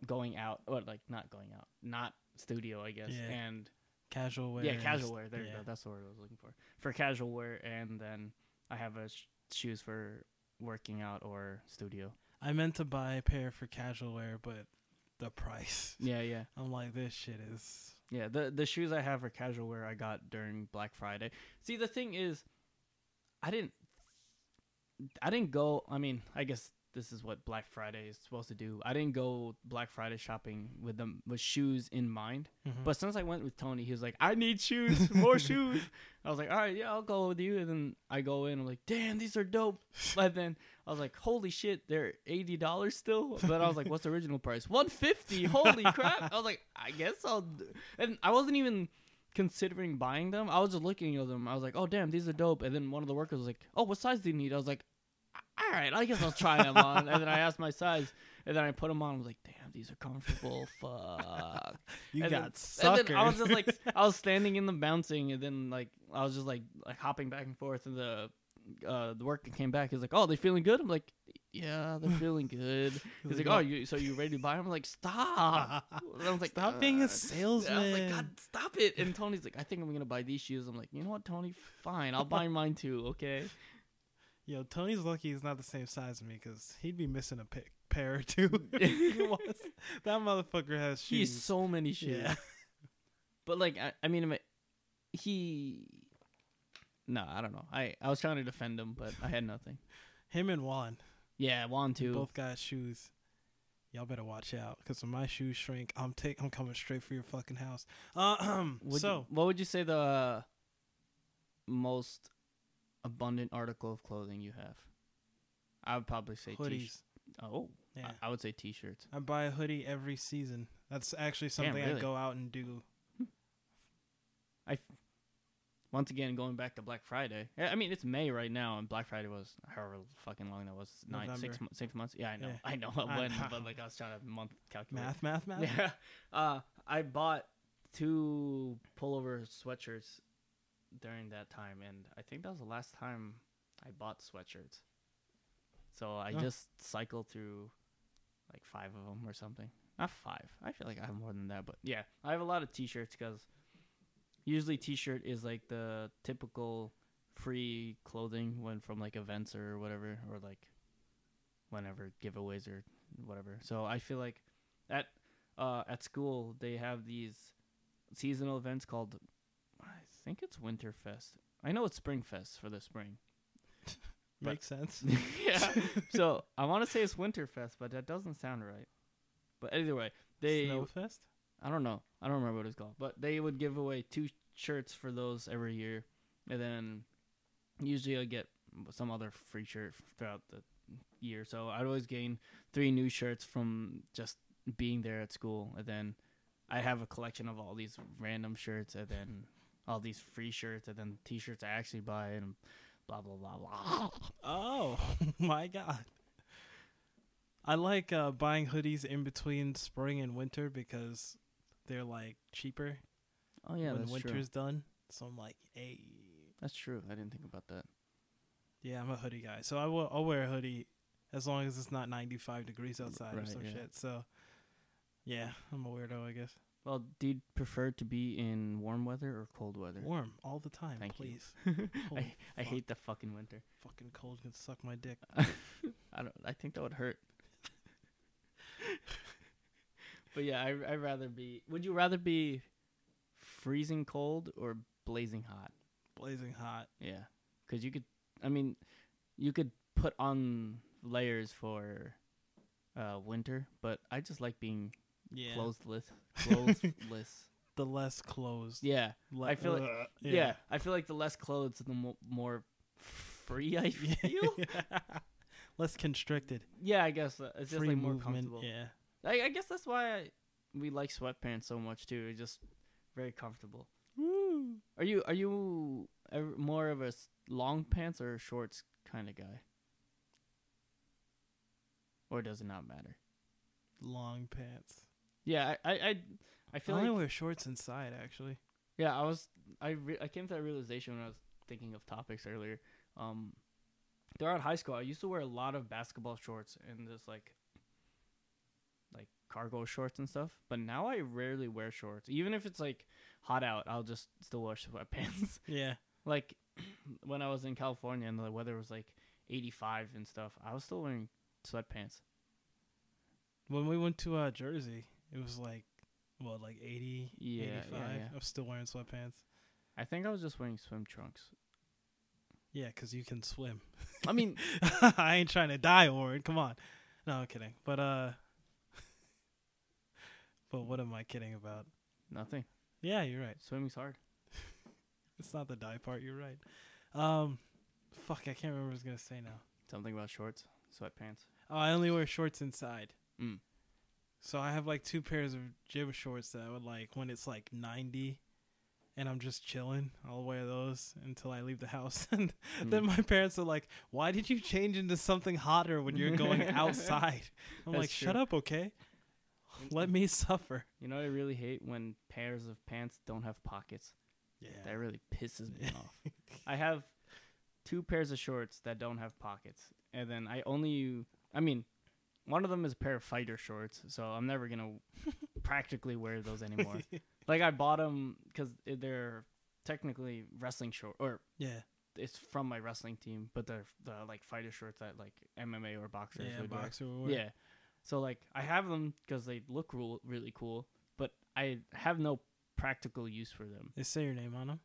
Speaker 1: going out or like not going out, not studio, I guess,
Speaker 2: Yeah.
Speaker 1: and
Speaker 2: Casual wear.
Speaker 1: yeah,
Speaker 2: and
Speaker 1: casual
Speaker 2: just-
Speaker 1: wear. There you
Speaker 2: yeah.
Speaker 1: go. That's the word I was looking for. For casual wear, and then I have a sh- shoes for working out or studio.
Speaker 2: I meant to buy a pair for casual wear, but the price.
Speaker 1: Yeah, yeah,
Speaker 2: I'm like, this shit is.
Speaker 1: yeah. The the shoes I have for casual wear I got during Black Friday. See, the thing is, I didn't, I didn't go. I mean, I guess this is what Black Friday is supposed to do. I didn't go Black Friday shopping with them with shoes in mind.
Speaker 2: Mhm.
Speaker 1: But since I went with Tony, he was like, "I need shoes, more shoes." I was like, "All right, yeah, I'll go with you." And then I go in, I'm like, "Damn, these are dope." But then I was like, "Holy shit, they're eighty dollars still." But I was like, "What's the original price? One fifty? Holy crap!" I was like, "I guess I'll," d-" and I wasn't even considering buying them. I was just looking at them. I was like, "Oh damn, these are dope." And then one of the workers was like, "Oh, what size do you need?" I was like, "All right, I guess I'll try them on." And then I asked my size, and then I put them on. I was like, "Damn, these are comfortable." Fuck.
Speaker 2: you
Speaker 1: And then-
Speaker 2: got
Speaker 1: And
Speaker 2: suckered.
Speaker 1: then I was just like, I was standing in the bouncing, and then like I was just like like hopping back and forth, and the uh the worker came back. He's like, "Oh, they feeling good?" I'm like, "Yeah, they're feeling good." He's like, "Oh, you so you ready to buy?" 'em?" I'm like, "Stop!" And I was like,
Speaker 2: Stop being a
Speaker 1: "Uh."
Speaker 2: salesman.
Speaker 1: I was like, God, stop it! And Tony's like, I think I'm gonna buy these shoes. I'm like, you know what, Tony? Fine, I'll buy mine too. Okay.
Speaker 2: Yo, Tony's lucky he's not the same size as me because he'd be missing a pick, pair or two. if he was. That motherfucker has
Speaker 1: He has
Speaker 2: shoes.
Speaker 1: so many shoes.
Speaker 2: yeah.
Speaker 1: But like, I, I mean, he. No, I don't know. I I was trying to defend him, but I had nothing.
Speaker 2: Him and Juan
Speaker 1: Yeah, Juan
Speaker 2: they
Speaker 1: too.
Speaker 2: both got shoes. Y'all better watch out because when my shoes shrink, I'm take I'm coming straight for your fucking house. Uh,
Speaker 1: Would-
Speaker 2: so
Speaker 1: what would you say the uh, most abundant article of clothing you have? I would probably say
Speaker 2: hoodies.
Speaker 1: T- oh, I-
Speaker 2: Yeah,
Speaker 1: I, would say t-shirts.
Speaker 2: I buy a hoodie every season. That's actually
Speaker 1: Damn,
Speaker 2: something I
Speaker 1: really?
Speaker 2: go out and do.
Speaker 1: I f- once again going back to Black Friday. I I mean, it's May right now, and Black Friday was however fucking long that was nine six
Speaker 2: November.
Speaker 1: mo- six months. Yeah, I know,
Speaker 2: Yeah.
Speaker 1: I know
Speaker 2: I
Speaker 1: when,
Speaker 2: know.
Speaker 1: but like I was trying to month calculate.
Speaker 2: Math, math, math.
Speaker 1: Yeah. Uh, I bought two pullover sweatshirts during that time, and I think that was the last time I bought sweatshirts. So I
Speaker 2: Oh.
Speaker 1: just cycle through like five of them or something. Not five. I feel like I have more than that, but yeah, I have a lot of T-shirts because usually T-shirt is like the typical free clothing when from like events or whatever or like whenever giveaways or whatever. So I feel like at uh, at school they have these seasonal events called I think it's Winterfest. I know it's Springfest for the spring. But-
Speaker 2: Makes sense.
Speaker 1: yeah. So I want to say it's Winterfest, but that doesn't sound right. But either way, they
Speaker 2: Snowfest.
Speaker 1: I don't know. I don't remember what it's called, but they would give away two shirts for those every year, and then usually I get some other free shirt throughout the year. So I'd always gain three new shirts from just being there at school, and then I have a collection of all these random shirts, and then all these free shirts, and then t-shirts I actually buy, and blah blah blah blah.
Speaker 2: Oh my god. I like uh, buying hoodies in between spring and winter because they're like cheaper
Speaker 1: Oh yeah,
Speaker 2: when
Speaker 1: that's true.
Speaker 2: winter's done. So I'm like, hey,
Speaker 1: That's true. I didn't think about that.
Speaker 2: yeah, I'm a hoodie guy. So I will I'll wear a hoodie as long as it's not 95 degrees outside or
Speaker 1: right,
Speaker 2: some
Speaker 1: yeah.
Speaker 2: shit. So yeah, I'm a weirdo, I guess.
Speaker 1: Well, do you prefer to be in warm weather or cold weather?
Speaker 2: Warm all the time,
Speaker 1: Thank you.
Speaker 2: please.
Speaker 1: I,
Speaker 2: Holy
Speaker 1: I
Speaker 2: fuck.
Speaker 1: hate the fucking winter.
Speaker 2: Fucking cold can suck my dick.
Speaker 1: I don't. I think that would hurt. but yeah, I I'd rather be. Would you rather be freezing cold or blazing hot?
Speaker 2: Blazing hot.
Speaker 1: Yeah, because you could. I mean, you could put on layers for uh, winter, but I just like being
Speaker 2: Yeah.
Speaker 1: clothesless. Clothesless.
Speaker 2: The less closed.
Speaker 1: yeah.
Speaker 2: Le- uh,
Speaker 1: I feel like-
Speaker 2: Ugh.
Speaker 1: yeah, I feel like the less clothes, the mo- more free I
Speaker 2: Yeah.
Speaker 1: feel.
Speaker 2: less constricted.
Speaker 1: yeah, I guess uh, it's just like more comfortable.
Speaker 2: Yeah.
Speaker 1: I, I guess that's why I, we like sweatpants so much too. It's just very comfortable.
Speaker 2: Woo.
Speaker 1: Are you are you ever more of a s- long pants or shorts kind of guy? Or does it not matter?
Speaker 2: Long pants.
Speaker 1: Yeah, I I I, I
Speaker 2: I
Speaker 1: feel
Speaker 2: only
Speaker 1: like
Speaker 2: wear shorts inside, actually.
Speaker 1: yeah. I was I re- I came to that realization when I was thinking of topics earlier. Um, throughout high school, I used to wear a lot of basketball shorts and just like like cargo shorts and stuff. But now I rarely wear shorts. Even if it's like hot out, I'll just still wear sweatpants.
Speaker 2: Yeah.
Speaker 1: like when I was in California and the weather was like 85 and stuff, I was still wearing sweatpants.
Speaker 2: When we went to uh, Jersey, it was like, what, like 80,
Speaker 1: Yeah, yeah,
Speaker 2: 85?
Speaker 1: yeah.
Speaker 2: I'm still wearing sweatpants.
Speaker 1: I think I was just wearing swim trunks.
Speaker 2: Yeah, 'cause you can swim.
Speaker 1: I mean,
Speaker 2: I ain't trying to die, Warren. Come on. No, I'm kidding. But, uh, but what am I kidding about?
Speaker 1: nothing.
Speaker 2: Yeah, you're right.
Speaker 1: Swimming's hard.
Speaker 2: It's not the die part. You're right. Um, fuck, I can't remember what I was going to say now.
Speaker 1: Something about shorts, sweatpants.
Speaker 2: Oh, I only wear shorts inside.
Speaker 1: Mm.
Speaker 2: So I have like two pairs of gym shorts that I would like when it's like 90 and I'm just chilling. I'll wear those until I leave the house. and
Speaker 1: Mm. Hmm.
Speaker 2: then my parents are like, Why did you change into something hotter when you're going outside? I'm
Speaker 1: That's
Speaker 2: like, Shut
Speaker 1: true.
Speaker 2: up, okay?
Speaker 1: Mm.
Speaker 2: Let me suffer.
Speaker 1: You know what I really hate when pairs of pants don't have pockets. That
Speaker 2: Yeah.
Speaker 1: really pisses me off. I have two pairs of shorts that don't have pockets, and then I only I mean, one of them is a pair of fighter shorts, so I'm never gonna practically wear those anymore. like I bought them because they're technically wrestling short, or
Speaker 2: Yeah.
Speaker 1: it's from my wrestling team, but they're the like fighter shorts that like MMA or boxers
Speaker 2: Yeah,
Speaker 1: would wear.
Speaker 2: boxer would wear.
Speaker 1: Yeah. So like I have them because they look real, really cool, but I have no practical use for them.
Speaker 2: They say your name on them.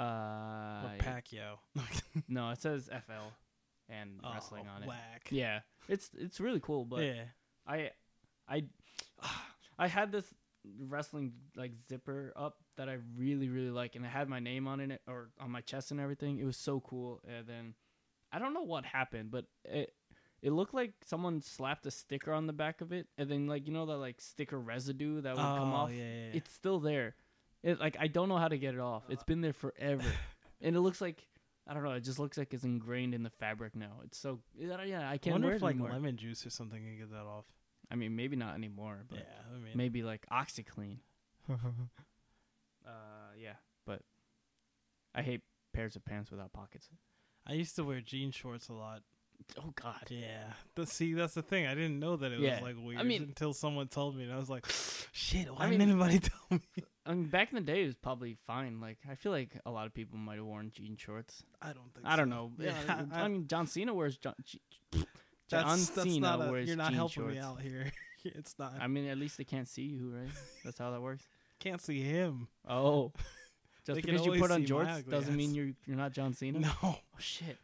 Speaker 2: Or
Speaker 1: Uh,
Speaker 2: Pacquiao.
Speaker 1: no, it says FL and
Speaker 2: Oh,
Speaker 1: wrestling on it.
Speaker 2: Whack.
Speaker 1: Yeah, it's it's really cool, but
Speaker 2: yeah.
Speaker 1: I I I had this wrestling like zipper up that I really really like, and it had my name on it or on my chest and everything. It was so cool, and then I don't know what happened, but it it looked like someone slapped a sticker on the back of it, and then like you know that like sticker residue that would come
Speaker 2: Oh,
Speaker 1: off.
Speaker 2: yeah, yeah, yeah.
Speaker 1: It's still there. It like I don't know how to get it off. It's been there forever, and it looks like. I don't know. It just looks like it's ingrained in the fabric now. It's so yeah. I
Speaker 2: I
Speaker 1: can't
Speaker 2: wonder
Speaker 1: wear
Speaker 2: if
Speaker 1: it
Speaker 2: like
Speaker 1: anymore.
Speaker 2: lemon juice or something can get that off.
Speaker 1: I mean, maybe not anymore, but
Speaker 2: yeah, I mean,
Speaker 1: maybe like OxyClean. Uh, yeah, but I hate pairs of pants without pockets.
Speaker 2: I used to wear jean shorts a lot
Speaker 1: Oh God.
Speaker 2: Yeah. The, see, that's the thing. I didn't know that it
Speaker 1: Yeah.
Speaker 2: was like weird
Speaker 1: mean-
Speaker 2: until someone told me, and I was like, "Shit, why
Speaker 1: I
Speaker 2: didn't
Speaker 1: mean-
Speaker 2: anybody tell me?"
Speaker 1: I mean, Um, back in the day, it was probably fine. Like, I feel like a lot of people might have worn jean shorts.
Speaker 2: I don't think.
Speaker 1: I don't
Speaker 2: so.
Speaker 1: know.
Speaker 2: Yeah,
Speaker 1: Yeah,
Speaker 2: I-
Speaker 1: I, mean, John Cena wears John. Je- John
Speaker 2: That's, that's
Speaker 1: Cena
Speaker 2: not. A,
Speaker 1: wears
Speaker 2: you're not
Speaker 1: jean
Speaker 2: helping
Speaker 1: shorts.
Speaker 2: me out here. it's not. I
Speaker 1: I mean, at least they can't see you, right? That's how that works.
Speaker 2: can't see him.
Speaker 1: Oh,
Speaker 2: They
Speaker 1: just
Speaker 2: can
Speaker 1: because you put
Speaker 2: always
Speaker 1: on
Speaker 2: see my
Speaker 1: jorts
Speaker 2: ugly
Speaker 1: doesn't mean
Speaker 2: ass.
Speaker 1: you're you're not John Cena.
Speaker 2: No.
Speaker 1: Oh shit.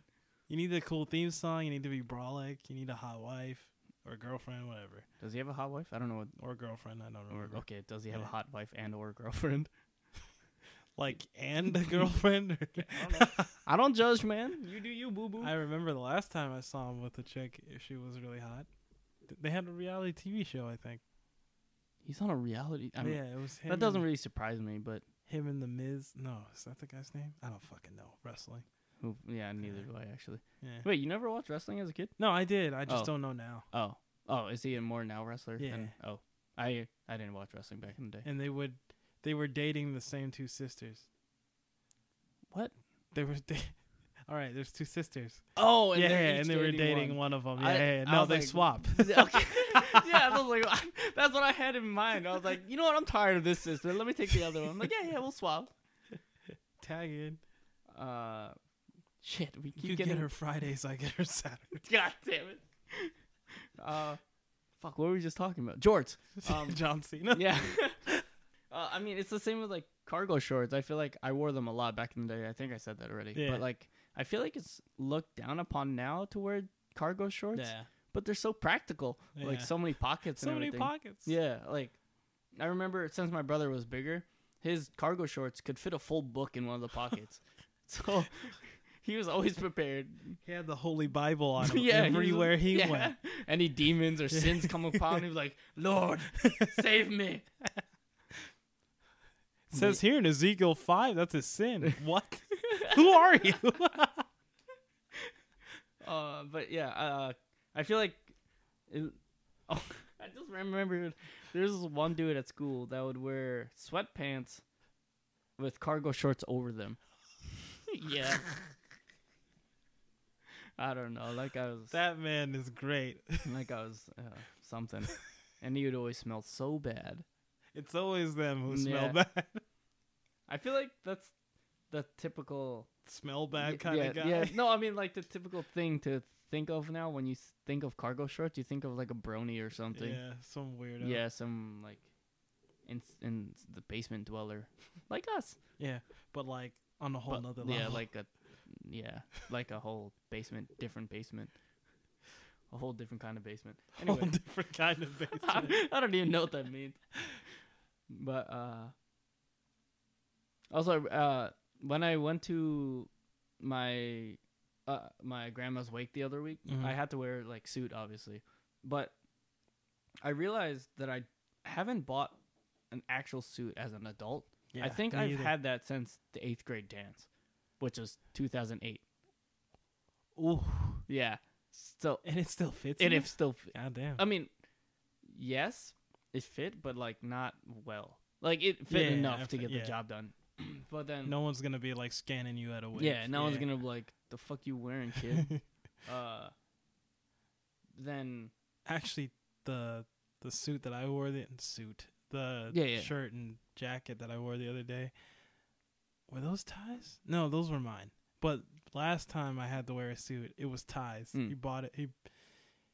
Speaker 2: You need a cool theme song. You need to be brolic. You need a hot wife or girlfriend, whatever,
Speaker 1: Does he have a hot wife? I don't know what.
Speaker 2: or girlfriend. I don't
Speaker 1: Or,
Speaker 2: remember.
Speaker 1: okay, does he have a
Speaker 2: Yeah.
Speaker 1: hot wife and or girlfriend?
Speaker 2: Like and a girlfriend.
Speaker 1: I don't judge, man. You do you, boo boo.
Speaker 2: I remember the last time I saw him with a chick. If she was really hot, Th- they had a reality TV show. I think.
Speaker 1: He's on a reality. I mean,
Speaker 2: yeah, it was him.
Speaker 1: that doesn't
Speaker 2: and-
Speaker 1: really surprise me, but
Speaker 2: him and the Miz. No, is that the guy's name? I don't fucking know wrestling.
Speaker 1: who- yeah, neither do I actually.
Speaker 2: Yeah.
Speaker 1: Wait, you never watched wrestling as a kid?
Speaker 2: No, I did. I just
Speaker 1: Oh.
Speaker 2: don't know now.
Speaker 1: Oh, oh, is he a more now wrestler?
Speaker 2: Yeah.
Speaker 1: Than, oh, I I didn't watch wrestling back in the day.
Speaker 2: And they would, they were dating the same two sisters.
Speaker 1: What?
Speaker 2: They were. Da- All right, there's two sisters.
Speaker 1: Oh,
Speaker 2: yeah, and they were dating one, of them. Yeah,
Speaker 1: I-
Speaker 2: yeah, yeah.
Speaker 1: I
Speaker 2: no,
Speaker 1: was
Speaker 2: they
Speaker 1: like-
Speaker 2: swap.
Speaker 1: okay. yeah, I was like, that's what I had in mind. I was like, you know what? I'm tired of this sister. Let me take the other one. I'm like, yeah, yeah, we'll swap.
Speaker 2: Tag in.
Speaker 1: Uh, shit, we keep
Speaker 2: You
Speaker 1: getting
Speaker 2: get her Fridays, I get her Saturdays.
Speaker 1: God damn it. Uh, fuck, what were we just talking about? Jorts. Um,
Speaker 2: John Cena.
Speaker 1: Yeah. uh, I mean, it's the same with like cargo shorts. I feel like I wore them a lot back in the day. I think I said that already.
Speaker 2: Yeah.
Speaker 1: But like, I feel like it's looked down upon now to wear cargo shorts. But they're so practical. Like
Speaker 2: Yeah.
Speaker 1: so many pockets.
Speaker 2: So
Speaker 1: and
Speaker 2: many
Speaker 1: everything.
Speaker 2: pockets.
Speaker 1: Yeah, like I remember since my brother was bigger, his cargo shorts could fit a full book in one of the pockets. so he was always prepared.
Speaker 2: He had the Holy Bible on him
Speaker 1: yeah, was-
Speaker 2: everywhere he
Speaker 1: yeah.
Speaker 2: went.
Speaker 1: Any demons or sins come upon him, he was like, Lord, save me.
Speaker 2: It says here in Ezekiel five, that's a sin. what? Who are you?
Speaker 1: Uh, but yeah, uh, I feel like. It, oh, I just remembered there's this one dude at school that would wear sweatpants with cargo shorts over them. yeah. I don't know. Like I was,
Speaker 2: that man is great.
Speaker 1: like I was uh, something, and he would always smell so bad.
Speaker 2: It's always them who smell
Speaker 1: Yeah.
Speaker 2: bad.
Speaker 1: I feel like that's the typical
Speaker 2: smell bad
Speaker 1: Y-
Speaker 2: kind
Speaker 1: yeah,
Speaker 2: of guy.
Speaker 1: Yeah, no, I mean like the typical thing to think of now when you s- think of cargo shorts, you think of like a brony or something.
Speaker 2: Yeah, some weirdo.
Speaker 1: Yeah, some like in in the basement dweller like us.
Speaker 2: Yeah, But like on a whole
Speaker 1: But,
Speaker 2: nother level.
Speaker 1: yeah, like a yeah, like a whole basement, different basement, a whole different kind of basement.
Speaker 2: whole
Speaker 1: Anyway,
Speaker 2: different kind of basement.
Speaker 1: I, I don't even know what that means. But uh, also uh, when I went to my uh, my grandma's wake the other week,
Speaker 2: Mhm.
Speaker 1: I had to wear like suit obviously, but I realized that I haven't bought an actual suit as an adult. I think
Speaker 2: me
Speaker 1: I've
Speaker 2: either.
Speaker 1: had that since the eighth grade dance, which was 2008.
Speaker 2: Ooh,
Speaker 1: Yeah. So,
Speaker 2: and it still fits.
Speaker 1: and
Speaker 2: you?
Speaker 1: if still, f-
Speaker 2: God damn.
Speaker 1: I mean, yes, it fit, but like not well. Like it fit
Speaker 2: Yeah, I
Speaker 1: enough to
Speaker 2: fe-
Speaker 1: get
Speaker 2: yeah.
Speaker 1: the job done. but then,
Speaker 2: no one's gonna be like scanning you at a wave.
Speaker 1: Um, yeah, no one's gonna be like, the fuck you wearing, kid? uh, then,
Speaker 2: Actually, the the suit that I wore the suit the
Speaker 1: Yeah, yeah.
Speaker 2: shirt and jacket that I wore the other day were those ties? No, those were mine. But last time I had to wear a suit, it was ties.
Speaker 1: Mm.
Speaker 2: He bought it. He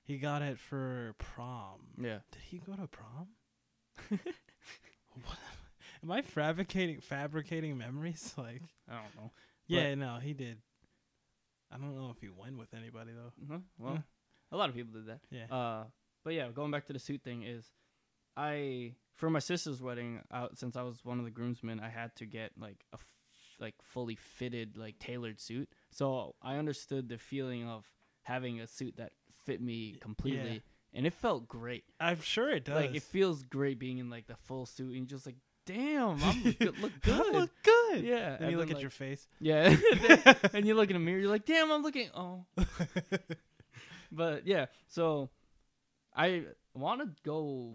Speaker 2: he got it for prom.
Speaker 1: yeah.
Speaker 2: Did he go to prom? what? Am I fabricating fabricating memories? Like,
Speaker 1: I don't know.
Speaker 2: yeah, no, he did. I don't know if he went with anybody though.
Speaker 1: Huh? Mm-hmm. Well,
Speaker 2: Huh.
Speaker 1: a lot of people did that.
Speaker 2: Yeah,
Speaker 1: Uh, but yeah, going back to the suit thing is, I for my sister's wedding, uh, since I was one of the groomsmen, I had to get like a f- like fully fitted, like tailored suit. So I understood the feeling of having a suit that fit me completely, and it felt great.
Speaker 2: I'm sure it does.
Speaker 1: Like it feels great being in like the full suit, and you're just like, damn, I'm good, look
Speaker 2: I
Speaker 1: good.
Speaker 2: look good.
Speaker 1: yeah,
Speaker 2: Then you look
Speaker 1: then,
Speaker 2: at
Speaker 1: like-
Speaker 2: your face.
Speaker 1: yeah, and you look in the mirror, you're like, damn, I'm looking. Oh, but yeah, so I want to go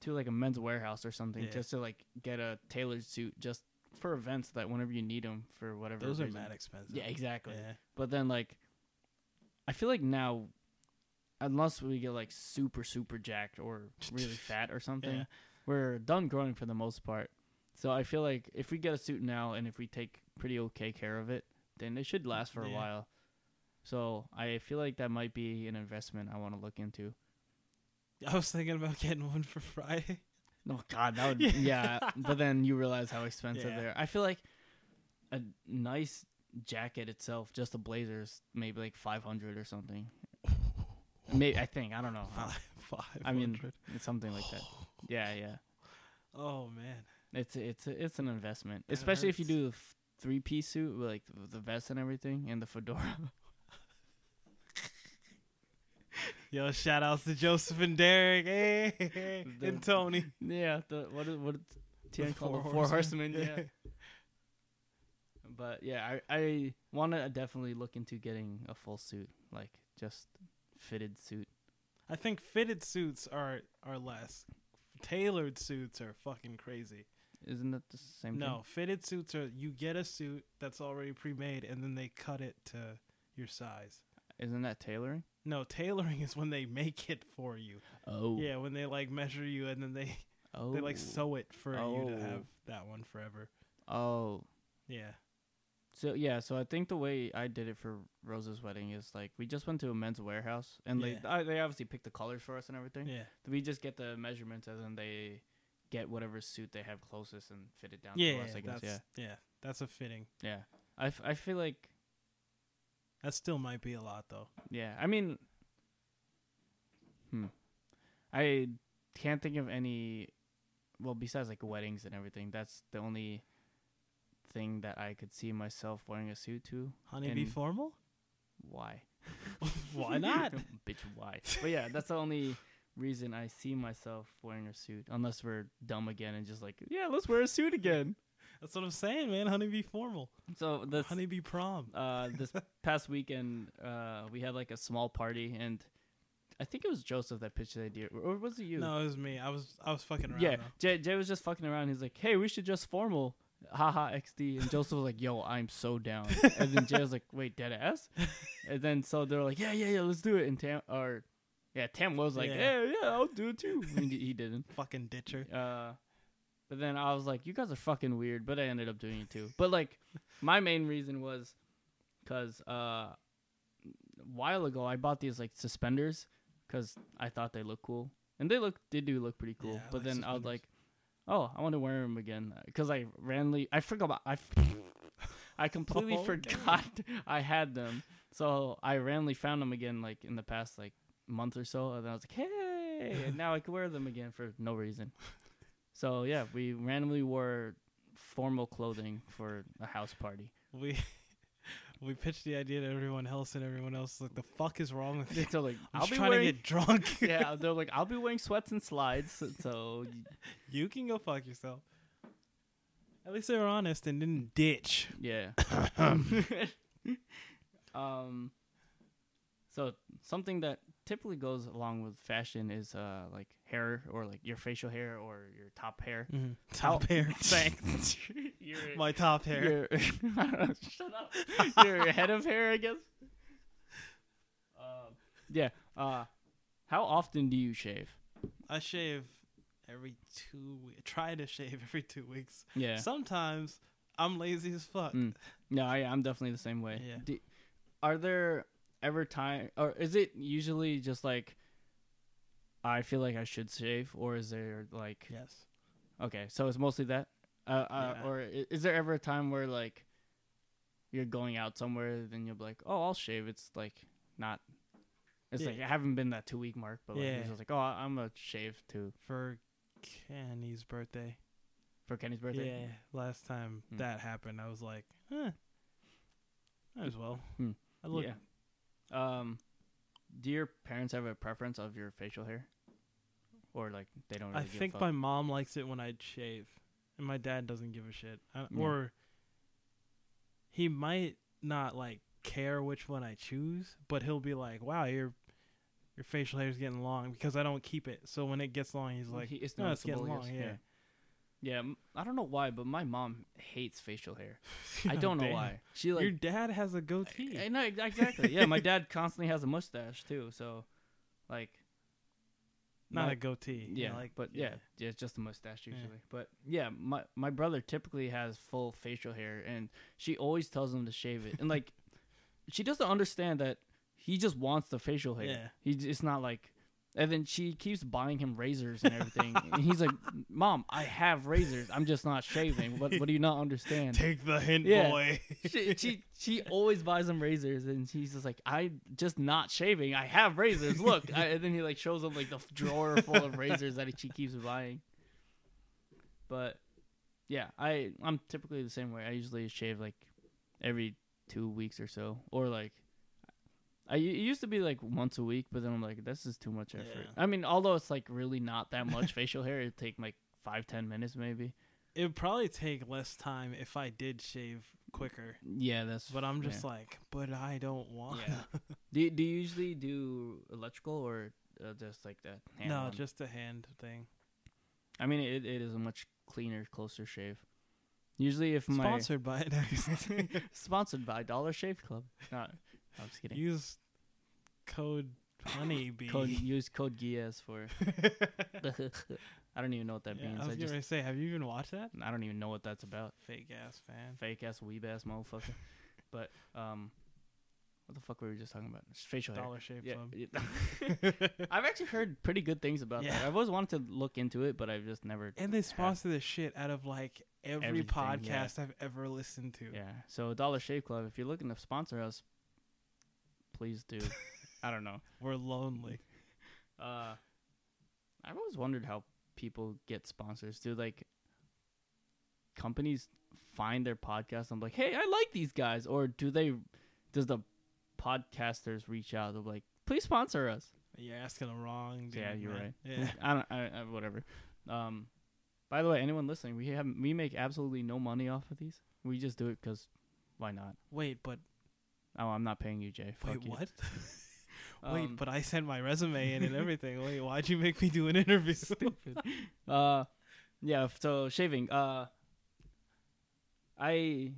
Speaker 1: to like a men's warehouse or something
Speaker 2: Yeah.
Speaker 1: just to like get a tailored suit just for events that whenever you need them for whatever.
Speaker 2: Those are
Speaker 1: reason.
Speaker 2: mad expensive.
Speaker 1: Yeah, exactly.
Speaker 2: Yeah.
Speaker 1: But then like, I feel like now, unless we get like super super jacked or really fat or something,
Speaker 2: Yeah.
Speaker 1: we're done growing for the most part. So I feel like if we get a suit now and if we take pretty okay care of it, then it should last for a
Speaker 2: Yeah.
Speaker 1: while. So I feel like that might be an investment I want to look into.
Speaker 2: I was thinking about getting one for Friday.
Speaker 1: Oh God, that would
Speaker 2: Yeah.
Speaker 1: yeah. But then you realize how expensive
Speaker 2: Yeah.
Speaker 1: they're. I feel like a nice jacket itself, just a blazer, is maybe like five hundred or something. Maybe I think I don't know. I-
Speaker 2: Five, five.
Speaker 1: I mean, it's something like that. Yeah, yeah.
Speaker 2: oh man,
Speaker 1: It's it's it's an investment,
Speaker 2: That
Speaker 1: especially if you
Speaker 2: hurts.
Speaker 1: do the three piece suit with like the, the vest and everything and the fedora.
Speaker 2: yo, shout outs to Joseph and Derek, hey,
Speaker 1: The-
Speaker 2: and Tony,
Speaker 1: yeah, the what is what is Tian called the
Speaker 2: Four
Speaker 1: four
Speaker 2: Horsemen,
Speaker 1: horsemen. Yeah.
Speaker 2: yeah.
Speaker 1: But yeah, I I want to definitely look into getting a full suit, like just fitted suit.
Speaker 2: I think fitted suits are are less. Tailored suits are fucking crazy.
Speaker 1: Isn't that the same thing?
Speaker 2: No, fitted suits are you get a suit that's already pre-made and then they cut it to your size.
Speaker 1: Isn't that tailoring?
Speaker 2: No, tailoring is when they make it for you.
Speaker 1: Oh.
Speaker 2: Yeah, when they like measure you and then they
Speaker 1: Oh.
Speaker 2: they like sew it for you
Speaker 1: Oh.
Speaker 2: to have that one forever.
Speaker 1: Oh.
Speaker 2: Yeah.
Speaker 1: So yeah, so I think the way I did it for Rose's wedding is like we just went to a men's warehouse and they
Speaker 2: Yeah.
Speaker 1: uh, they obviously picked the colors for us and everything.
Speaker 2: Yeah.
Speaker 1: We just get the measurements and then they get whatever suit they have closest and fit it down
Speaker 2: Yeah,
Speaker 1: to
Speaker 2: yeah,
Speaker 1: us. I guess.
Speaker 2: that's yeah. That's a fitting.
Speaker 1: Yeah. Yeah. I, f- I feel like
Speaker 2: That still might be a lot though.
Speaker 1: yeah. I mean, hmm. I can't think of any. Well, besides like weddings and everything, that's the only thing that I could see myself wearing a suit to.
Speaker 2: Honeybee
Speaker 1: And-
Speaker 2: formal?
Speaker 1: Why?
Speaker 2: Why not?
Speaker 1: Bitch, why? But yeah, that's the only reason I see myself wearing a suit. Unless we're dumb again and just like, yeah, let's wear a suit again.
Speaker 2: That's what I'm saying, man. Honeybee formal.
Speaker 1: So this
Speaker 2: Honeybee prom.
Speaker 1: uh, this past weekend, uh, we had like a small party, and I think it was Joseph that pitched the idea, or was it you?
Speaker 2: No, it was me. I was I was fucking around.
Speaker 1: yeah,
Speaker 2: though.
Speaker 1: Jay, Jay was just fucking around. He's like, "Hey, we should just formal." Haha, XD. And Joseph was like, "Yo, I'm so down." And then Jay was like, "Wait, dead ass?" And then so they're like, "Yeah, yeah, yeah, let's do it." And Tam or yeah, Tam was like,
Speaker 2: Yeah.
Speaker 1: "Yeah, yeah, I'll do it too." And he he didn't.
Speaker 2: Fucking ditcher.
Speaker 1: Uh, but then I was like, "You guys are fucking weird," but I ended up doing it too. But like, my main reason was because uh, a while ago I bought these like suspenders because I thought they looked cool, and they look they do look pretty cool.
Speaker 2: Yeah, I
Speaker 1: but
Speaker 2: like
Speaker 1: then I was
Speaker 2: suspenders.
Speaker 1: like, "Oh, I want to wear them again," because I randomly I forgot about I. I completely
Speaker 2: Oh,
Speaker 1: forgot I had them, so I randomly found them again, like in the past like month or so, and I was like, "Hey!" And now I can wear them again for no reason. So yeah, we randomly wore formal clothing for a house party.
Speaker 2: We we pitched the idea to everyone else and everyone else was like the fuck is wrong with you?
Speaker 1: So like, I'll
Speaker 2: I'm just
Speaker 1: be
Speaker 2: trying
Speaker 1: wearing,
Speaker 2: to get drunk.
Speaker 1: yeah, they're like, I'll be wearing sweats and slides. So, so
Speaker 2: you can go fuck yourself. At least they were honest and didn't ditch.
Speaker 1: yeah. um, so something that typically goes along with fashion is uh like hair or like your facial hair or your top hair.
Speaker 2: Top
Speaker 1: Oh,
Speaker 2: hair.
Speaker 1: Thanks. Your-
Speaker 2: My top hair.
Speaker 1: Your, I don't know, shut up. Your head of hair, I guess. Um, yeah. Uh, how often do you shave?
Speaker 2: I shave every two weeks. Try to shave every two weeks.
Speaker 1: Yeah.
Speaker 2: Sometimes I'm lazy as fuck.
Speaker 1: Mm. no, I, I'm definitely the same way.
Speaker 2: Yeah.
Speaker 1: Do- are there ever time, or is it usually just like I feel like I should shave, or is there like
Speaker 2: Yes.
Speaker 1: okay, so it's mostly that, uh, uh,
Speaker 2: Yeah.
Speaker 1: or i- is there ever a time where like you're going out somewhere, then you'll be like, oh, I'll shave. It's like not. It's
Speaker 2: Yeah.
Speaker 1: like I haven't been that two week mark, but like
Speaker 2: Yeah.
Speaker 1: it's just like, oh, I'm gonna shave too
Speaker 2: For Kenny's birthday.
Speaker 1: for Kenny's birthday.
Speaker 2: Yeah. Last time
Speaker 1: Mm.
Speaker 2: that happened, I was like, huh. Might as well.
Speaker 1: Mm.
Speaker 2: I look
Speaker 1: Yeah. Um, do your parents have a preference of your facial hair, or like they don't? Really
Speaker 2: I
Speaker 1: give a
Speaker 2: think
Speaker 1: fuck?
Speaker 2: my mom likes it when I shave, and my dad doesn't give a shit. I,
Speaker 1: Yeah.
Speaker 2: Or he might not like care which one I choose, but he'll be like, "Wow, your your facial hair is getting long because I don't keep it." So when it gets long, he's like,
Speaker 1: He- it's
Speaker 2: "No, it's
Speaker 1: noticeable,
Speaker 2: getting
Speaker 1: I
Speaker 2: long."
Speaker 1: guess.
Speaker 2: Yeah.
Speaker 1: Yeah, m- I don't know why, but my mom hates facial hair. I don't know
Speaker 2: Damn.
Speaker 1: why. She like
Speaker 2: Your dad has a goatee.
Speaker 1: I know ex- exactly. Yeah, my dad constantly has a mustache too, so like
Speaker 2: Not
Speaker 1: my-
Speaker 2: a goatee. you know,
Speaker 1: yeah,
Speaker 2: like
Speaker 1: but yeah. yeah, it's just a mustache
Speaker 2: Yeah.
Speaker 1: usually. But yeah, my my brother typically has full facial hair, and she always tells him to shave it, and like she doesn't understand that he just wants the facial hair.
Speaker 2: Yeah.
Speaker 1: He j- it's not like. And then she keeps buying him razors and everything. and he's like, "Mom, I have razors. I'm just not shaving. What What do you not understand?"
Speaker 2: Take the hint,
Speaker 1: Yeah.
Speaker 2: boy.
Speaker 1: she, she she always buys him razors, and she's just like, I just not shaving. I have razors. Look, I, and then he like shows him like the drawer full of razors that she keeps buying. But yeah, I I'm typically the same way. I usually shave like every two weeks or so, or like. I it used to be like once a week, but then I'm like, this is too much effort.
Speaker 2: Yeah.
Speaker 1: I mean, although it's like really not that much facial hair, it'd take like five ten minutes maybe.
Speaker 2: It would probably take less time if I did shave quicker.
Speaker 1: Yeah, that's.
Speaker 2: But I'm
Speaker 1: yeah.
Speaker 2: just like, but I don't want.
Speaker 1: Yeah. Do you, do you usually do electrical or uh, just like that? hand
Speaker 2: no,
Speaker 1: one?
Speaker 2: just a hand thing.
Speaker 1: I mean it, it is a much cleaner, closer shave. Usually, if my
Speaker 2: Sponsored by Next.
Speaker 1: sponsored by Dollar Shave Club. No, I'm just kidding.
Speaker 2: Use code Honeybee.
Speaker 1: Code, use code GIAS for. I don't even know what that
Speaker 2: Yeah,
Speaker 1: means.
Speaker 2: I
Speaker 1: I
Speaker 2: was
Speaker 1: just
Speaker 2: gonna say, have you even watched that?
Speaker 1: I don't even know what that's about.
Speaker 2: Fake ass fan.
Speaker 1: Fake ass weeb ass motherfucker. but um, what the fuck were we just talking about? Facial hair.
Speaker 2: Dollar Shave
Speaker 1: Yeah,
Speaker 2: Club.
Speaker 1: yeah. I've actually heard pretty good things about
Speaker 2: Yeah.
Speaker 1: that. I've always wanted to look into it, but I've just never
Speaker 2: And they sponsor the shit out of like every
Speaker 1: Everything, yeah.
Speaker 2: podcast I've ever listened to.
Speaker 1: Yeah. So Dollar Shave Club, if you're looking to sponsor us, please do. I don't know.
Speaker 2: We're lonely.
Speaker 1: Uh, I've always wondered how people get sponsors. Do like companies find their podcast? I'm like, hey, I like these guys, or do they? Does the podcasters reach out? They're like, please sponsor us.
Speaker 2: You're asking them wrong. Dude,
Speaker 1: yeah, you're
Speaker 2: man.
Speaker 1: right.
Speaker 2: Yeah.
Speaker 1: I don't. I, I, whatever. Um, by the way, anyone listening, we have we make absolutely no money off of these. We just do it because why not?
Speaker 2: Wait, but
Speaker 1: Oh, I'm not paying you, Jay. Fuck
Speaker 2: wait,
Speaker 1: you.
Speaker 2: what? wait,
Speaker 1: Um,
Speaker 2: but I sent my resume in and everything. wait, why'd you make me do an interview?
Speaker 1: uh yeah f- so shaving uh i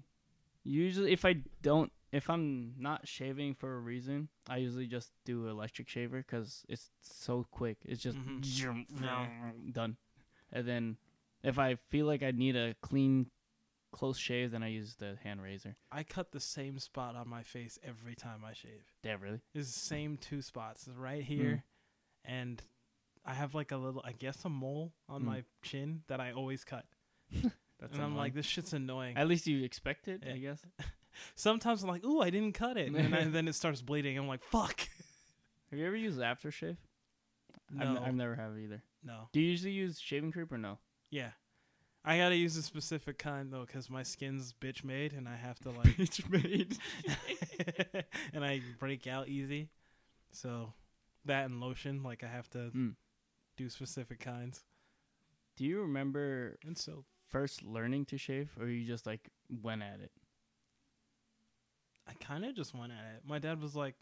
Speaker 1: usually if i don't if i'm not shaving for a reason i usually just do electric shaver because it's so quick it's just
Speaker 2: Mhm.
Speaker 1: zoom,
Speaker 2: Yeah.
Speaker 1: done and then if i feel like i need a clean close shave then i use the hand razor
Speaker 2: I cut the same spot on my face every time I shave.
Speaker 1: damn really
Speaker 2: It's the same two spots, It's
Speaker 1: Hmm.
Speaker 2: right here, and I have like a little, I guess, a mole on
Speaker 1: Mm.
Speaker 2: my chin that I always cut.
Speaker 1: that's
Speaker 2: and I'm like,
Speaker 1: annoying.
Speaker 2: this shit's annoying.
Speaker 1: at least you expect it
Speaker 2: Yeah.
Speaker 1: i guess
Speaker 2: Sometimes I'm like, ooh, I didn't cut it, and then, then it starts bleeding. I'm like, fuck.
Speaker 1: have you ever used aftershave I've,
Speaker 2: No,
Speaker 1: n- I've never have either
Speaker 2: no,
Speaker 1: do you usually use shaving cream or no
Speaker 2: yeah. I gotta use a specific kind though, cause my skin's bitch made, and I have to like
Speaker 1: bitch made.
Speaker 2: and I break out easy. So that and lotion, like I have to
Speaker 1: Mm.
Speaker 2: do specific kinds.
Speaker 1: Do you remember
Speaker 2: And so
Speaker 1: first learning to shave, or you just like went at it?
Speaker 2: I kind of just went at it. My dad was like,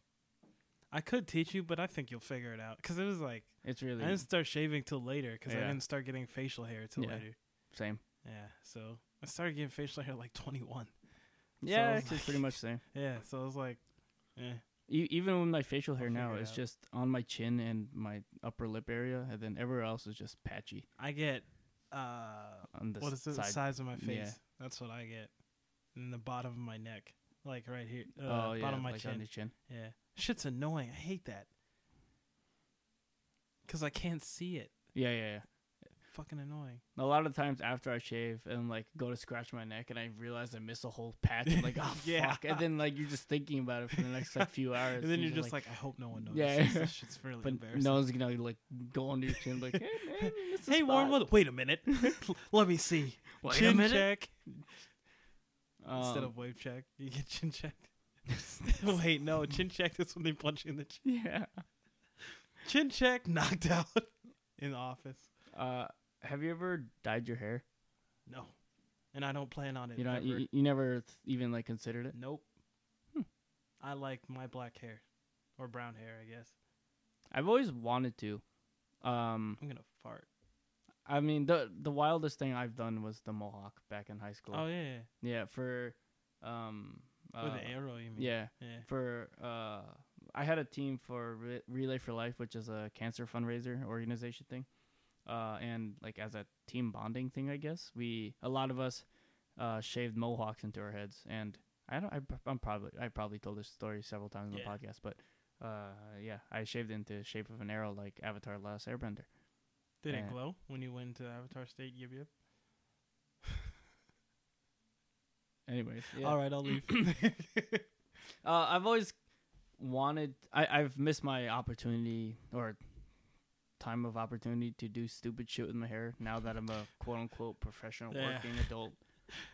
Speaker 2: "I could teach you, but I think you'll figure it out." Because it was like
Speaker 1: It's
Speaker 2: I
Speaker 1: really
Speaker 2: didn't start shaving till later because I
Speaker 1: Yeah.
Speaker 2: didn't start getting facial hair till
Speaker 1: Yeah.
Speaker 2: later.
Speaker 1: same.
Speaker 2: Yeah, so I started getting facial hair like 21.
Speaker 1: Yeah,
Speaker 2: I was
Speaker 1: it's just
Speaker 2: like-
Speaker 1: pretty much the same.
Speaker 2: Yeah, so I was like, eh.
Speaker 1: E- even with my facial hair
Speaker 2: I'll
Speaker 1: now,
Speaker 2: figure it
Speaker 1: it's
Speaker 2: out.
Speaker 1: just on my chin and my upper lip area, and then everywhere else is just patchy
Speaker 2: I get uh,
Speaker 1: on the
Speaker 2: what is it, the
Speaker 1: side.
Speaker 2: size of my face?
Speaker 1: yeah.
Speaker 2: That's what I get, and the bottom of my neck, like right here, uh,
Speaker 1: oh yeah,
Speaker 2: bottom of my
Speaker 1: like
Speaker 2: chin.
Speaker 1: on the chin.
Speaker 2: Yeah. Shit's annoying. I hate that. Cuz I can't see it.
Speaker 1: Yeah, yeah,
Speaker 2: Fucking annoying.
Speaker 1: yeah. A lot of times after I shave and like go to scratch my neck, and I realize I miss a whole patch. I'm like, oh
Speaker 2: Yeah.
Speaker 1: fuck, and then like you're just thinking about it for the next like few hours,
Speaker 2: And then you're just like, I hope no one
Speaker 1: Yeah.
Speaker 2: notices. This shit's really
Speaker 1: but
Speaker 2: embarrassing.
Speaker 1: no one's gonna like go under your chin like, hey man, you missed a
Speaker 2: hey, Warren,
Speaker 1: spot."
Speaker 2: what- wait a minute. Let me see.
Speaker 1: Wait
Speaker 2: chin
Speaker 1: a minute.
Speaker 2: check. Instead
Speaker 1: Um,
Speaker 2: of wave check, you get chin checked. wait, no. Chin check is when they punch you in the chin.
Speaker 1: yeah.
Speaker 2: Chin check, knocked out in the office.
Speaker 1: Uh, have you ever dyed your hair?
Speaker 2: No. And I don't plan on it.
Speaker 1: You know,
Speaker 2: ever.
Speaker 1: you, you never th- even like considered it.
Speaker 2: nope.
Speaker 1: Hmm.
Speaker 2: I like my black hair or brown hair, I guess.
Speaker 1: I've always wanted to. Um,
Speaker 2: I'm going to fart.
Speaker 1: I mean, the the wildest thing I've done was the mohawk back in high school.
Speaker 2: Oh yeah, yeah.
Speaker 1: Yeah, for um, uh,
Speaker 2: with the arrow you mean?
Speaker 1: yeah,
Speaker 2: yeah.
Speaker 1: for uh, I had a team for Re- Relay for Life, which is a cancer fundraiser organization thing, uh, and like as a team bonding thing, I guess we a lot of us uh, shaved mohawks into our heads, and I don't, I, pr- I'm probably I probably told this story several times on
Speaker 2: Yeah.
Speaker 1: the podcast, but uh, yeah, I shaved into shape of an arrow like Avatar: The Last Airbender.
Speaker 2: Did
Speaker 1: Yeah.
Speaker 2: it glow when you went to Avatar State? Yip yip.
Speaker 1: Anyways, yeah.
Speaker 2: All right, I'll leave.
Speaker 1: Uh, I've always wanted. I, I've missed my opportunity or time of opportunity to do stupid shit with my hair. Now that I'm a quote unquote professional
Speaker 2: Yeah.
Speaker 1: working adult.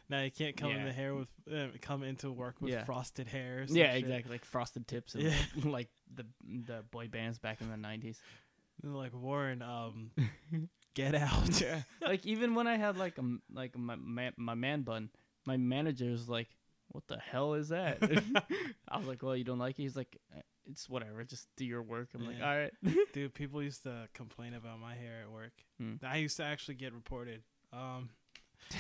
Speaker 2: now you can't come in
Speaker 1: Yeah.
Speaker 2: the hair with uh, come into work with
Speaker 1: Yeah.
Speaker 2: frosted hair. or some
Speaker 1: yeah,
Speaker 2: shit.
Speaker 1: exactly. Like frosted tips and
Speaker 2: Yeah.
Speaker 1: like, like the the boy bands back in the '90s.
Speaker 2: They're like Warren, um, get out. Yeah.
Speaker 1: like even when I had like a m- like my man, my man bun, my manager was like, "What the hell is that?" I was like, "Well, you don't like it." He's like, "Eh, "It's whatever. Just do your work." I'm like,
Speaker 2: Yeah.
Speaker 1: "All right."
Speaker 2: Dude, people used to complain about my hair at work.
Speaker 1: Hmm.
Speaker 2: I used to actually get reported. Um,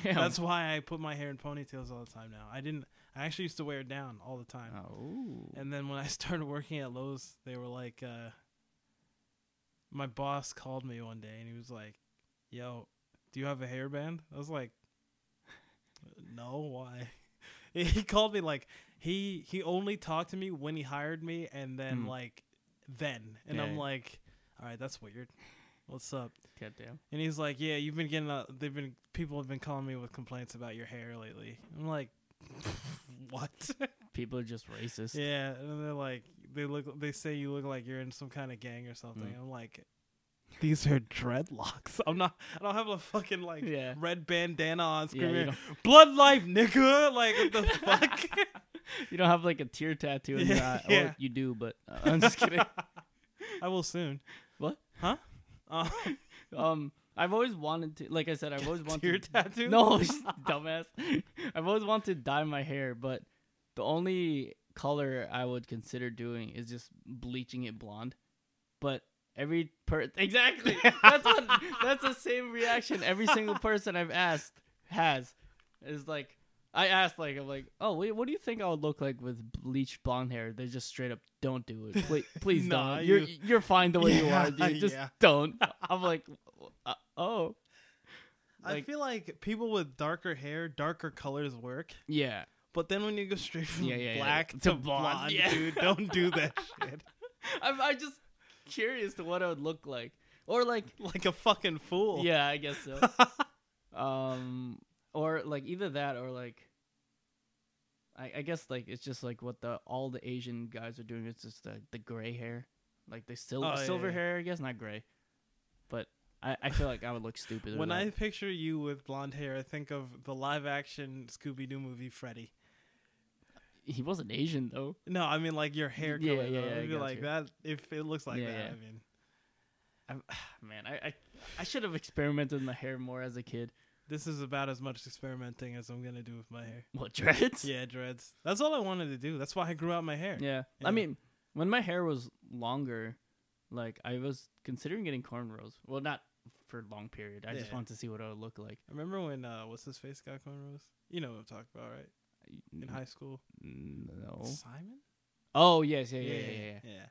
Speaker 1: Damn.
Speaker 2: That's why I put my hair in ponytails all the time now. I didn't. I actually used to wear it down all the time.
Speaker 1: oh.
Speaker 2: And then when I started working at Lowe's, they were like, uh, my boss called me one day and he was like, "Yo, do you have a hairband?" I was like, "No, why?" He called me like he he only talked to me when he hired me, and then
Speaker 1: Mm.
Speaker 2: like then, and
Speaker 1: Yeah,
Speaker 2: I'm
Speaker 1: yeah.
Speaker 2: like, "All right, that's weird. What's up?"
Speaker 1: Goddamn.
Speaker 2: And he's like, "Yeah, you've been getting. A, they've been people have been calling me with complaints about your hair lately." I'm like, "What?"
Speaker 1: People are just racist.
Speaker 2: yeah, and they're like, "They look. They say you look like you're in some kind of gang or something."
Speaker 1: Mm.
Speaker 2: I'm like, "These are dreadlocks. I'm not. I don't have a fucking like
Speaker 1: Yeah.
Speaker 2: red bandana on.
Speaker 1: Yeah, you
Speaker 2: Screaming,
Speaker 1: don't,
Speaker 2: blood life, nigga. Like what the fuck."
Speaker 1: you don't have like a tear tattoo in your
Speaker 2: Yeah,
Speaker 1: eye.
Speaker 2: yeah.
Speaker 1: Well, you do, but uh, I'm just kidding.
Speaker 2: I will soon.
Speaker 1: What?
Speaker 2: Huh? Uh,
Speaker 1: Um, I've always wanted to, like I said, I've always
Speaker 2: tear
Speaker 1: wanted
Speaker 2: tattoo?
Speaker 1: No, dumbass. I've always wanted to dye my hair, but the only color I would consider doing is just bleaching it blonde. But every per exactly that's what that's the same reaction every single person I've asked has is like I asked like I'm like oh wait what do you think I would look like with bleached blonde hair they just straight up don't do it please, please
Speaker 2: Nah,
Speaker 1: don't you're
Speaker 2: you-
Speaker 1: you're fine the way
Speaker 2: Yeah,
Speaker 1: you are dude just
Speaker 2: yeah.
Speaker 1: don't I'm like uh, oh
Speaker 2: I
Speaker 1: Like-
Speaker 2: feel like people with darker hair, darker colors work.
Speaker 1: yeah
Speaker 2: But then when you go straight from
Speaker 1: Yeah, yeah, yeah.
Speaker 2: black
Speaker 1: To
Speaker 2: to,
Speaker 1: blonde,
Speaker 2: blonde,
Speaker 1: yeah.
Speaker 2: dude, don't do that shit.
Speaker 1: I'm, I'm just curious to what I would look like, or like,
Speaker 2: Like a fucking fool.
Speaker 1: yeah, I guess so. um, or like either that, or like, I, I guess like it's just like what the all the Asian guys are doing. It's just the the gray hair, like the sil-
Speaker 2: Oh, yeah,
Speaker 1: silver
Speaker 2: yeah.
Speaker 1: hair. I guess not gray, but I, I feel like I would look stupid with
Speaker 2: When I
Speaker 1: that.
Speaker 2: picture you with blonde hair, I think of the live action Scooby Doo movie Freddy.
Speaker 1: he wasn't Asian though.
Speaker 2: No, I mean like your hair
Speaker 1: Yeah,
Speaker 2: color.
Speaker 1: yeah,
Speaker 2: though.
Speaker 1: yeah, I
Speaker 2: It'd be
Speaker 1: got
Speaker 2: like
Speaker 1: you.
Speaker 2: that if it looks like
Speaker 1: Yeah,
Speaker 2: that.
Speaker 1: yeah.
Speaker 2: I mean,
Speaker 1: I'm, man, I I, I should have experimented with my hair more as a kid.
Speaker 2: this is about as much experimenting as I'm gonna do with my hair.
Speaker 1: What dreads?
Speaker 2: Yeah, dreads. That's all I wanted to do. That's why I grew out my hair.
Speaker 1: Yeah.
Speaker 2: Yeah.
Speaker 1: I mean, when my hair was longer, like I was considering getting cornrows. Well, not for a long period. I just
Speaker 2: Yeah.
Speaker 1: wanted to see what it would look like.
Speaker 2: Remember when uh, what's his face got cornrows? You know what I'm talking about, right?
Speaker 1: Mm.
Speaker 2: In high school,
Speaker 1: No.
Speaker 2: Simon.
Speaker 1: Oh yes, yeah, yeah, yeah, yeah. yeah.
Speaker 2: yeah. yeah.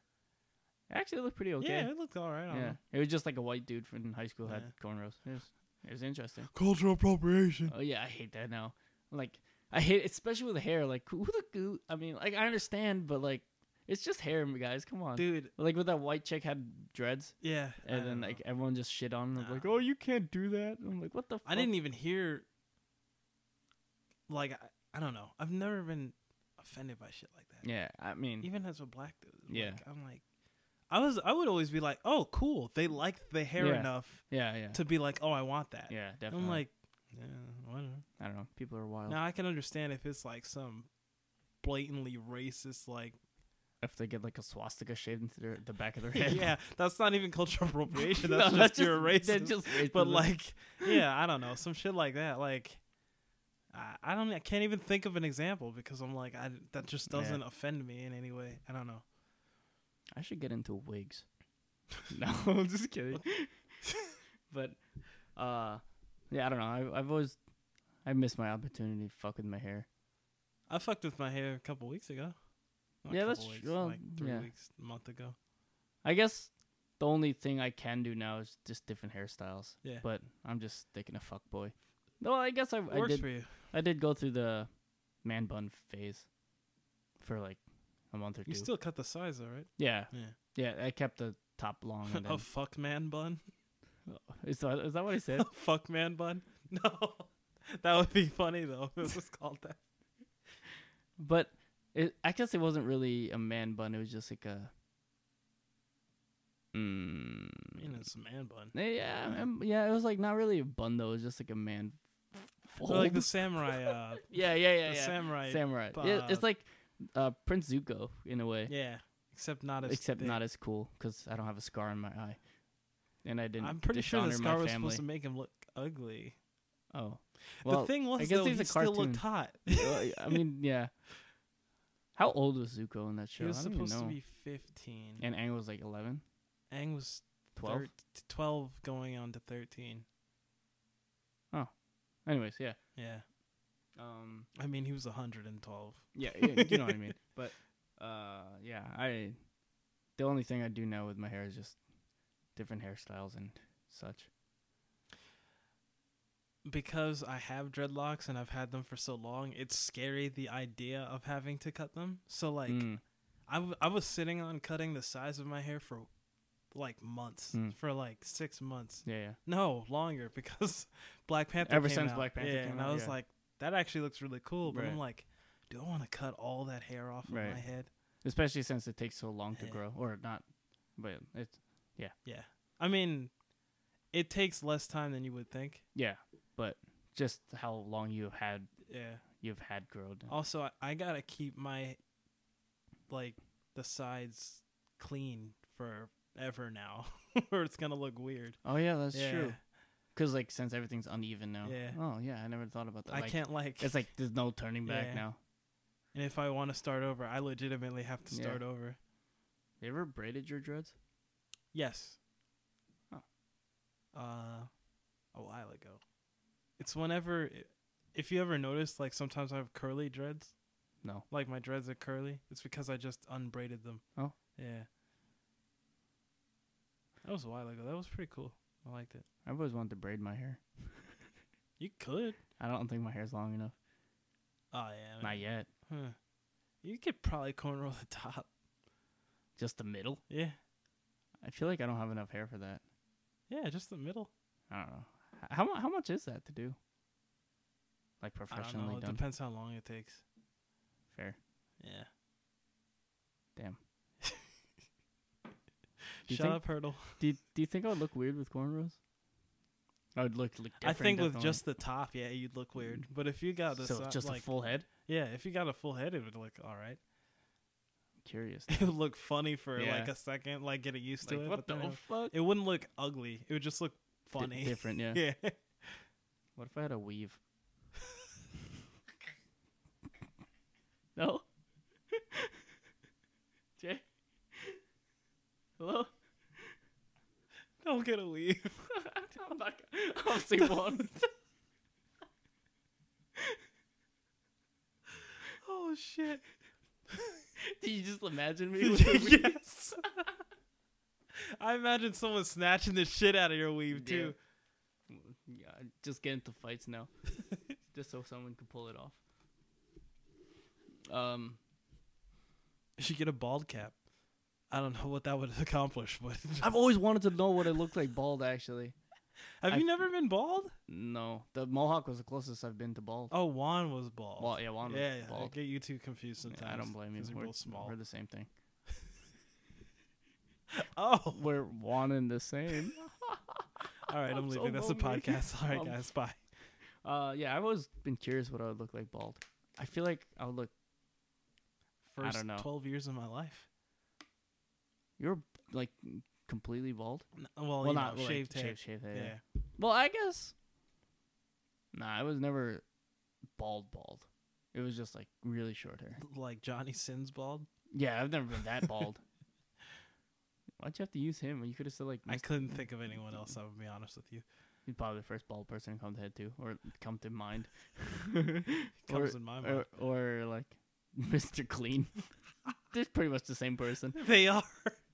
Speaker 1: Actually, it looked pretty okay.
Speaker 2: Yeah, it looked all right.
Speaker 1: Yeah.
Speaker 2: On yeah.
Speaker 1: It was just like a white dude from high school had
Speaker 2: Yeah.
Speaker 1: cornrows. It was, it was interesting.
Speaker 2: Cultural appropriation.
Speaker 1: Oh yeah, I hate that now. Like I hate, especially with hair. Like who the goo? I mean, like I understand, but like it's just hair, guys. Come on.
Speaker 2: Dude,
Speaker 1: Like with that white chick had dreads.
Speaker 2: yeah. I
Speaker 1: and then
Speaker 2: don't
Speaker 1: like
Speaker 2: know.
Speaker 1: everyone just shit on him
Speaker 2: Nah.
Speaker 1: like, "Oh, you can't do that." I'm like, "What the?" Fuck?
Speaker 2: I didn't even hear like I, I don't know. I've never been offended by shit like that.
Speaker 1: Yeah, I mean,
Speaker 2: Even as a black dude. like,
Speaker 1: Mm. Yeah.
Speaker 2: I'm like I was I would always be like, "Oh, cool. They like the hair
Speaker 1: Yeah.
Speaker 2: enough
Speaker 1: yeah, yeah,
Speaker 2: to be like, "Oh, I want that."
Speaker 1: yeah, definitely. Oh.
Speaker 2: I'm like, yeah, whatever.
Speaker 1: I don't know, people are wild
Speaker 2: Now I can understand if it's like some blatantly racist like
Speaker 1: if they get like a swastika shaved into their, the back of their head.
Speaker 2: yeah, that's not even cultural appropriation.
Speaker 1: No,
Speaker 2: That's just your racist.
Speaker 1: that's just
Speaker 2: but
Speaker 1: racism.
Speaker 2: like yeah i don't know some shit like that like i, I don't i can't even think of an example because i'm like I, that just
Speaker 1: Yeah.
Speaker 2: doesn't offend me in any way i don't know
Speaker 1: I should get into wigs. no, I'm just kidding. but Uh, yeah, I don't know. I, I've always I missed my opportunity to fuck with my hair.
Speaker 2: I fucked with my hair a couple weeks ago. Not a
Speaker 1: Yeah,
Speaker 2: couple
Speaker 1: that's
Speaker 2: weeks,
Speaker 1: true. Well,
Speaker 2: Like three
Speaker 1: yeah.
Speaker 2: weeks, a month ago.
Speaker 1: I guess the only thing I can do now is just different hairstyles.
Speaker 2: Yeah.
Speaker 1: But I'm just sticking a fuck boy. No, I guess I, I
Speaker 2: works
Speaker 1: did.
Speaker 2: for you.
Speaker 1: I did go through the man bun phase for like a month or two.
Speaker 2: You still cut the size though, right?
Speaker 1: yeah,
Speaker 2: Yeah.
Speaker 1: yeah. I kept the top long. And
Speaker 2: a
Speaker 1: then,
Speaker 2: fuck man bun.
Speaker 1: is, that, is that what I said?
Speaker 2: fuck man bun. No, that would be funny though. If it was called that.
Speaker 1: but it, I guess it wasn't really a man bun. It was just like a. Mm,
Speaker 2: I mean, it's a man bun.
Speaker 1: Eh, yeah, um, yeah. It was like not really a bun though. It was just like a man.
Speaker 2: Or like the
Speaker 1: fold.
Speaker 2: samurai. Uh,
Speaker 1: yeah, yeah, yeah,
Speaker 2: the
Speaker 1: yeah.
Speaker 2: samurai.
Speaker 1: Samurai. It-
Speaker 2: uh,
Speaker 1: it's like uh, Prince Zuko in a way,
Speaker 2: yeah, except not as.
Speaker 1: except
Speaker 2: thick.
Speaker 1: not as cool because I don't have a scar on my eye, and I didn't.
Speaker 2: I'm pretty sure the
Speaker 1: dishonor
Speaker 2: scar
Speaker 1: my
Speaker 2: was
Speaker 1: family.
Speaker 2: supposed to make him look ugly.
Speaker 1: Oh, well,
Speaker 2: the thing was
Speaker 1: guess
Speaker 2: though,
Speaker 1: he's
Speaker 2: he
Speaker 1: a
Speaker 2: still
Speaker 1: cartoon.
Speaker 2: looked hot.
Speaker 1: uh, I mean, yeah. How old was Zuko in that show?
Speaker 2: He was
Speaker 1: I don't even
Speaker 2: supposed
Speaker 1: know.
Speaker 2: to be 15.
Speaker 1: and Aang was like 11,
Speaker 2: Aang was
Speaker 1: 12.
Speaker 2: 13 12 going on to 13.
Speaker 1: Anyways, yeah.
Speaker 2: Yeah.
Speaker 1: Um,
Speaker 2: I mean, he was 112.
Speaker 1: yeah, yeah, you know what I mean. But uh, yeah, I. The only thing I do know with my hair is just different hairstyles and such.
Speaker 2: Because I have dreadlocks and I've had them for so long, it's scary the idea of having to cut them. So, like,
Speaker 1: Mm,
Speaker 2: I, w- I was sitting on cutting the size of my hair for like months,
Speaker 1: Mm.
Speaker 2: for like six months.
Speaker 1: yeah, yeah.
Speaker 2: No, longer because Black Panther.
Speaker 1: Ever
Speaker 2: came
Speaker 1: since
Speaker 2: out.
Speaker 1: Black Panther
Speaker 2: yeah,
Speaker 1: came
Speaker 2: and
Speaker 1: out,
Speaker 2: I was
Speaker 1: yeah.
Speaker 2: like, that actually looks really cool. But I'm
Speaker 1: Right.
Speaker 2: like, do I want to cut all that hair off of
Speaker 1: Right.
Speaker 2: my head?
Speaker 1: Especially since it takes so long to
Speaker 2: Yeah.
Speaker 1: grow, or not, but it's
Speaker 2: Yeah, I mean, it takes less time than you would think.
Speaker 1: yeah. But just how long you have had
Speaker 2: Yeah.
Speaker 1: you've had growed.
Speaker 2: Also, I, I gotta keep my like the sides clean forever now, or it's gonna look weird.
Speaker 1: Oh yeah, that's
Speaker 2: yeah.
Speaker 1: true. Because like since everything's uneven now.
Speaker 2: Yeah.
Speaker 1: Oh yeah, I never thought about that.
Speaker 2: I
Speaker 1: like,
Speaker 2: can't like.
Speaker 1: It's like there's no turning back
Speaker 2: Yeah.
Speaker 1: now.
Speaker 2: and if I want to start over, I legitimately have to
Speaker 1: Yeah.
Speaker 2: start over.
Speaker 1: You ever braided your dreads?
Speaker 2: Yes.
Speaker 1: Huh.
Speaker 2: Uh, a while ago. It's whenever, if you ever notice, like sometimes I have curly dreads.
Speaker 1: No.
Speaker 2: Like my dreads are curly. It's because I just unbraided them.
Speaker 1: Oh.
Speaker 2: Yeah. That was a while ago. That was pretty cool. I liked it.
Speaker 1: I've always wanted to braid my hair.
Speaker 2: You could.
Speaker 1: I don't think my hair's long enough.
Speaker 2: Oh yeah.
Speaker 1: Not yet.
Speaker 2: Huh. You could probably cornrow the top.
Speaker 1: Just the middle.
Speaker 2: Yeah.
Speaker 1: I feel like I don't have enough hair for that.
Speaker 2: Yeah, just the middle.
Speaker 1: I don't know. H- How mu- how much is that to do? Like
Speaker 2: I don't
Speaker 1: professionally
Speaker 2: know. It
Speaker 1: done.
Speaker 2: depends how long it takes.
Speaker 1: Fair.
Speaker 2: Yeah.
Speaker 1: Damn. you
Speaker 2: Shut
Speaker 1: think-
Speaker 2: up, hurdle.
Speaker 1: Do you, do you think I would look weird with cornrows? I would look like
Speaker 2: I think with just the top, yeah, you'd look weird. But if you got the
Speaker 1: so
Speaker 2: si-
Speaker 1: just
Speaker 2: like,
Speaker 1: a full head.
Speaker 2: yeah, if you got a full head, it would look all right.
Speaker 1: Curious.
Speaker 2: It would look funny for like
Speaker 1: Yeah.
Speaker 2: a second, like getting used to
Speaker 1: like
Speaker 2: it.
Speaker 1: what
Speaker 2: but
Speaker 1: the
Speaker 2: then it would-
Speaker 1: fuck?
Speaker 2: It wouldn't look ugly. It would just look
Speaker 1: Di-
Speaker 2: funny.
Speaker 1: different, yeah.
Speaker 2: yeah.
Speaker 1: What if I had a weave? no? Jay? Hello?
Speaker 2: Don't get a leave.
Speaker 1: I'm not gonna. I'll see one.
Speaker 2: Oh shit.
Speaker 1: Do you just imagine me with a weave?
Speaker 2: yes. I imagine someone snatching the shit out of your weave too.
Speaker 1: Yeah, I just get into fights now. just so someone can pull it off. Um,
Speaker 2: You should get a bald cap. I don't know what that would accomplish, but
Speaker 1: I've always wanted to know what it looked like bald, actually.
Speaker 2: have
Speaker 1: I-
Speaker 2: you never been bald?
Speaker 1: No, the mohawk was the closest I've been to bald.
Speaker 2: Oh, Juan was bald.
Speaker 1: Well, yeah, one was
Speaker 2: yeah, I
Speaker 1: bald.
Speaker 2: get you two confused sometimes.
Speaker 1: I don't blame you.
Speaker 2: 'cause You're
Speaker 1: We're,
Speaker 2: both small.
Speaker 1: we're the same thing.
Speaker 2: Oh,
Speaker 1: We're one and the same.
Speaker 2: all right. I'm
Speaker 1: I'm so
Speaker 2: leaving. That's the
Speaker 1: lonely.
Speaker 2: podcast. All right,
Speaker 1: Um,
Speaker 2: guys. Bye.
Speaker 1: Uh, yeah, I've always been curious what I would look like bald. I feel like I would look.
Speaker 2: First
Speaker 1: don't know.
Speaker 2: twelve years of my life.
Speaker 1: You're like completely bald.
Speaker 2: N- Well, you know,
Speaker 1: like,
Speaker 2: shaved head.
Speaker 1: shaved, shaved head.
Speaker 2: yeah.
Speaker 1: yeah. Well, I guess. Nah, I was never bald, bald. It was just like really short hair.
Speaker 2: like Johnny Sins bald.
Speaker 1: Yeah, I've never been that bald. Why'd you have to use him? You could have said like
Speaker 2: I
Speaker 1: Mr.
Speaker 2: couldn't think of anyone else. I would be honest with you.
Speaker 1: He's probably the first bald person to come to head too, or come to mind.
Speaker 2: Comes in my mind.
Speaker 1: or, or like Mr. Clean. They're pretty much the same person.
Speaker 2: They are.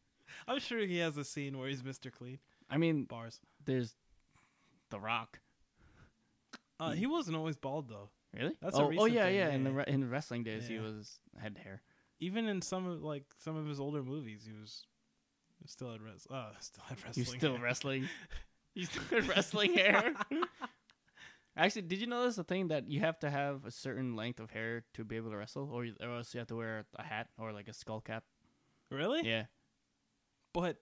Speaker 2: I'm sure he has a scene where he's Mr. Clean.
Speaker 1: I mean,
Speaker 2: Bars.
Speaker 1: there's The Rock.
Speaker 2: Uh,
Speaker 1: Mm.
Speaker 2: he wasn't always bald though.
Speaker 1: Really?
Speaker 2: That's a
Speaker 1: oh, oh
Speaker 2: recent
Speaker 1: yeah,
Speaker 2: thing,
Speaker 1: yeah.
Speaker 2: yeah,
Speaker 1: In the
Speaker 2: yeah.
Speaker 1: re- in wrestling days, he
Speaker 2: Yeah.
Speaker 1: was had hair.
Speaker 2: Even in some of like some of his older movies, he was he still had res- uh, still had
Speaker 1: You
Speaker 2: wrestling.
Speaker 1: still
Speaker 2: hair.
Speaker 1: wrestling? You still had wrestling hair? Actually, did you know there's a thing that you have to have a certain length of hair to be able to wrestle, or, you- or else you have to wear a hat or like a skull cap?
Speaker 2: really?
Speaker 1: Yeah,
Speaker 2: But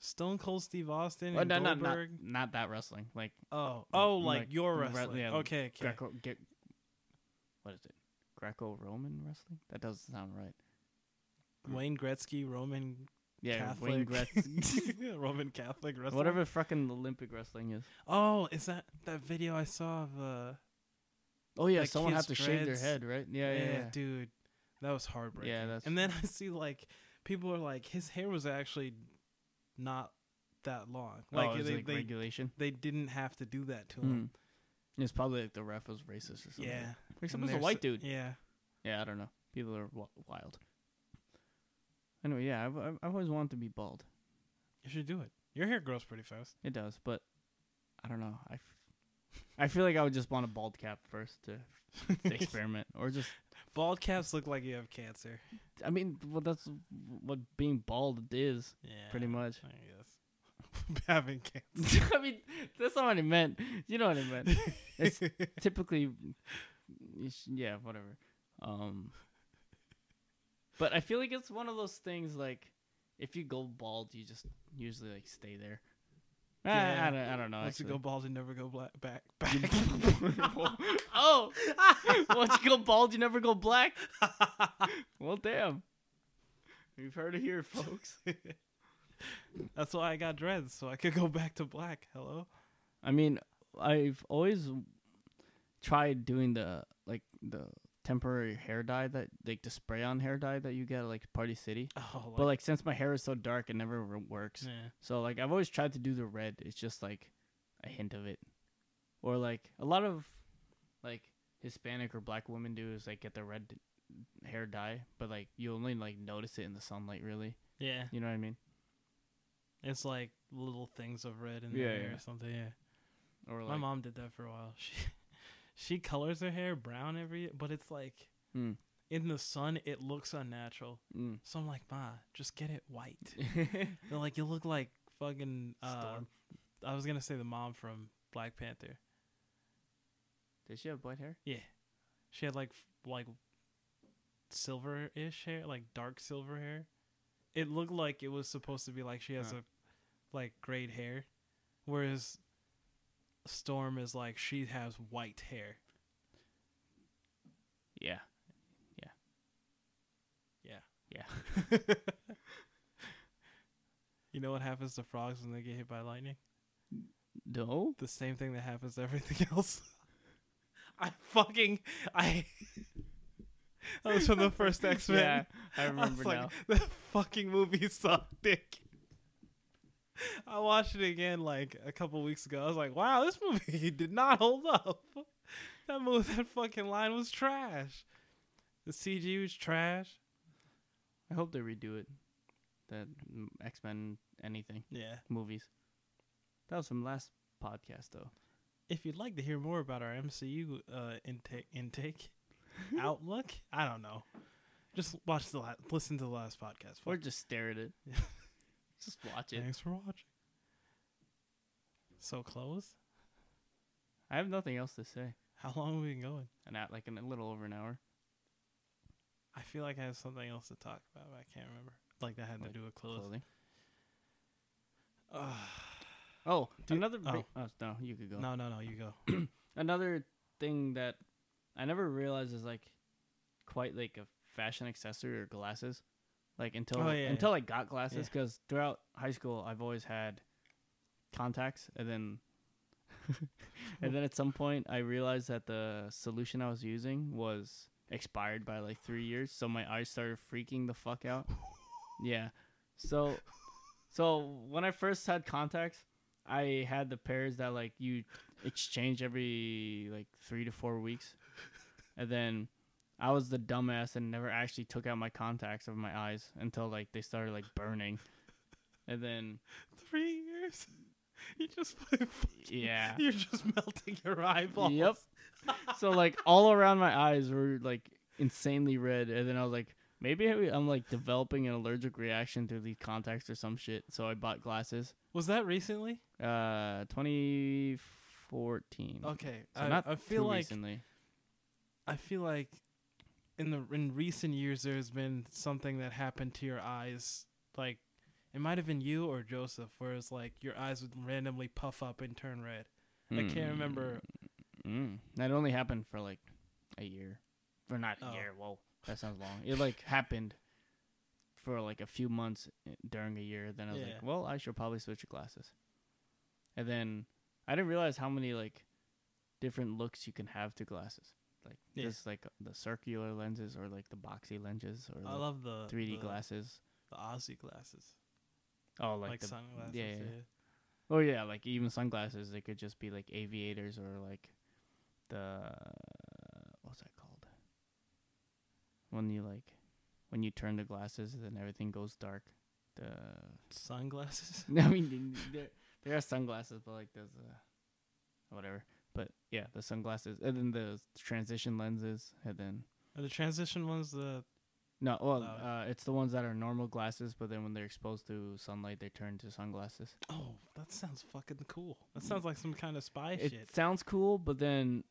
Speaker 2: Stone Cold Steve Austin
Speaker 1: well,
Speaker 2: and
Speaker 1: no, not, not
Speaker 2: Goldberg.
Speaker 1: not that wrestling, like
Speaker 2: Oh, oh,
Speaker 1: Mm,
Speaker 2: like,
Speaker 1: like,
Speaker 2: your
Speaker 1: re-
Speaker 2: wrestling.
Speaker 1: yeah,
Speaker 2: okay, okay.
Speaker 1: Greco. Ge- what is it? Greco-Roman wrestling? That doesn't sound right.
Speaker 2: Wayne Gretzky, Roman
Speaker 1: Yeah,
Speaker 2: Catholic,
Speaker 1: Wayne Gretzky.
Speaker 2: Roman Catholic wrestling.
Speaker 1: Whatever fucking Olympic wrestling is.
Speaker 2: Oh, is that that video I saw of? Uh,
Speaker 1: Oh yeah,
Speaker 2: Like
Speaker 1: someone had
Speaker 2: his
Speaker 1: to shave their
Speaker 2: dreads.
Speaker 1: head, right? Yeah, yeah, yeah.
Speaker 2: dude, that was heartbreaking.
Speaker 1: Yeah, that's-
Speaker 2: And then I see like people are like, his hair was actually not that long.
Speaker 1: Oh,
Speaker 2: Like
Speaker 1: it was,
Speaker 2: they
Speaker 1: like
Speaker 2: they,
Speaker 1: regulation.
Speaker 2: they didn't have to do that to
Speaker 1: Mm.
Speaker 2: him.
Speaker 1: It's probably like the ref was racist or something.
Speaker 2: Yeah,
Speaker 1: Like
Speaker 2: And
Speaker 1: someone's a
Speaker 2: there's-
Speaker 1: white dude.
Speaker 2: Yeah,
Speaker 1: Yeah, I don't know. People are w- wild. Anyway, yeah, I've, I've I've always wanted to be bald.
Speaker 2: you should do it. Your hair grows pretty fast.
Speaker 1: It does, but I don't know. I, f- I feel like I would just want a bald cap first to, to experiment, or just
Speaker 2: Bald caps look like you have cancer.
Speaker 1: I mean, well, that's what being bald is,
Speaker 2: Yeah,
Speaker 1: pretty much.
Speaker 2: I guess having cancer.
Speaker 1: I mean, that's not what I meant. You know what I meant. It's typically, it's- yeah, whatever. Um, but I feel like it's one of those things like, if you go bald, you just usually like stay there. Ah, I,
Speaker 2: Yeah.
Speaker 1: don't, I don't know.
Speaker 2: Once you
Speaker 1: actually.
Speaker 2: go bald, you never go black back. Back.
Speaker 1: oh, once you go bald, you never go black. well, damn. You've heard it here, folks.
Speaker 2: That's why I got dreads, so I could go back to black. Hello.
Speaker 1: I mean, I've always tried doing the like the temporary hair dye that like the spray on hair dye that you get at, like Party City.
Speaker 2: Oh,
Speaker 1: But like since my hair is so dark, it never r- works.
Speaker 2: yeah.
Speaker 1: So like I've always tried to do the red. It's just like a hint of it, or like a lot of like Hispanic or Black women do is like get the red hair dye, but like you only like notice it in the sunlight. Really,
Speaker 2: Yeah.
Speaker 1: you know what I mean?
Speaker 2: It's like little things of red in
Speaker 1: Yeah,
Speaker 2: there
Speaker 1: yeah.
Speaker 2: or something. Yeah.
Speaker 1: Or like
Speaker 2: My mom did that for a while. She she colors her hair brown every but it's like
Speaker 1: Mm,
Speaker 2: in the sun it looks unnatural.
Speaker 1: mm.
Speaker 2: So I'm like, "Ma, just get it white." They're like, "You look like fucking uh
Speaker 1: Storm.
Speaker 2: I was going to say the mom from Black Panther.
Speaker 1: Did she have white hair?
Speaker 2: She had like f- like silver-ish hair, like dark silver hair. It looked like it was supposed to be like she has
Speaker 1: Huh.
Speaker 2: a like grayed hair, whereas Storm is like she has white hair.
Speaker 1: Yeah.
Speaker 2: You know what happens to frogs when they get hit by lightning?
Speaker 1: No.
Speaker 2: The same thing that happens to everything else. I fucking I. that was from the first X Men.
Speaker 1: Yeah, I remember
Speaker 2: was like,
Speaker 1: now.
Speaker 2: That fucking movie sucked dick. I watched it again like a couple weeks ago. I was like, wow, this movie did not hold up. That movie, that fucking line was trash. The CG was trash.
Speaker 1: I hope they redo it. That X Men anything
Speaker 2: Yeah.
Speaker 1: movies. That was from last podcast though.
Speaker 2: If you'd like to hear more about our MCU uh, intake, intake, outlook, I don't know. Just watch the last, listen to the last podcast.
Speaker 1: Or just stare at it. just watch it.
Speaker 2: Thanks for watching. So close.
Speaker 1: I have nothing else to say.
Speaker 2: How long have we been going?
Speaker 1: And at like in a little over an hour.
Speaker 2: I feel like I have something else to talk about, but I can't remember. Like that had
Speaker 1: Like,
Speaker 2: to do with clothes.
Speaker 1: Clothing.
Speaker 2: Ugh.
Speaker 1: Oh,
Speaker 2: Do-
Speaker 1: another. big-
Speaker 2: oh.
Speaker 1: oh, no, you could go.
Speaker 2: no, no, no, you go.
Speaker 1: Another thing that I never realized is like quite like a fashion accessory or glasses. Like until
Speaker 2: Oh, yeah,
Speaker 1: until I got glasses
Speaker 2: Yeah.
Speaker 1: because throughout high school I've always had contacts and then and then at some point I realized that the solution I was using was expired by like 3 years so my eyes started freaking the fuck out. Yeah. So so when I first had contacts, I had the pairs that like you exchange every like three to four weeks, and then I was the dumbass and never actually took out my contacts of my eyes until like they started like burning, and then
Speaker 2: Three years. You just fucking-
Speaker 1: yeah,
Speaker 2: You're just melting your eyeballs.
Speaker 1: Yep. so like all around my eyes were like insanely red, and then I was like, maybe I'm like developing an allergic reaction to these contacts or some shit. So I bought glasses.
Speaker 2: Was that recently?
Speaker 1: Uh, 2014.
Speaker 2: Okay.
Speaker 1: So
Speaker 2: I,
Speaker 1: not
Speaker 2: I feel
Speaker 1: too
Speaker 2: like
Speaker 1: recently.
Speaker 2: I feel like in the in recent years there's been something that happened to your eyes. Like it might have been you or Joseph, where it's like your eyes would randomly puff up and turn red. I
Speaker 1: Hmm.
Speaker 2: can't remember.
Speaker 1: Mm. That only happened for like a year, or not a
Speaker 2: Oh.
Speaker 1: year. Whoa, that sounds long. It like happened for like a few months i- during a year. Then I was
Speaker 2: Yeah.
Speaker 1: like, well, I should probably switch to glasses. And then I didn't realize how many like different looks you can have to glasses. Like
Speaker 2: Yeah.
Speaker 1: just like the circular lenses or like the boxy lenses or
Speaker 2: I
Speaker 1: the
Speaker 2: love the
Speaker 1: 3D
Speaker 2: the,
Speaker 1: glasses.
Speaker 2: the Aussie glasses,
Speaker 1: Oh,
Speaker 2: like,
Speaker 1: like, the
Speaker 2: sunglasses.
Speaker 1: yeah,
Speaker 2: Yeah,
Speaker 1: yeah. Oh yeah, like even sunglasses. They could just be like aviators or like the what's that called? When you like when you turn the glasses, then everything goes dark. The
Speaker 2: sunglasses.
Speaker 1: I mean, there there are sunglasses, but like there's uh, whatever. But yeah, the sunglasses, and then the transition lenses, and then
Speaker 2: Are the transition ones the
Speaker 1: no, well,
Speaker 2: Oh.
Speaker 1: uh, it's the ones that are normal glasses, but then when they're exposed to sunlight, they turn to sunglasses.
Speaker 2: Oh, that sounds fucking cool. That sounds like some kind of spy
Speaker 1: it
Speaker 2: shit.
Speaker 1: sounds cool, but then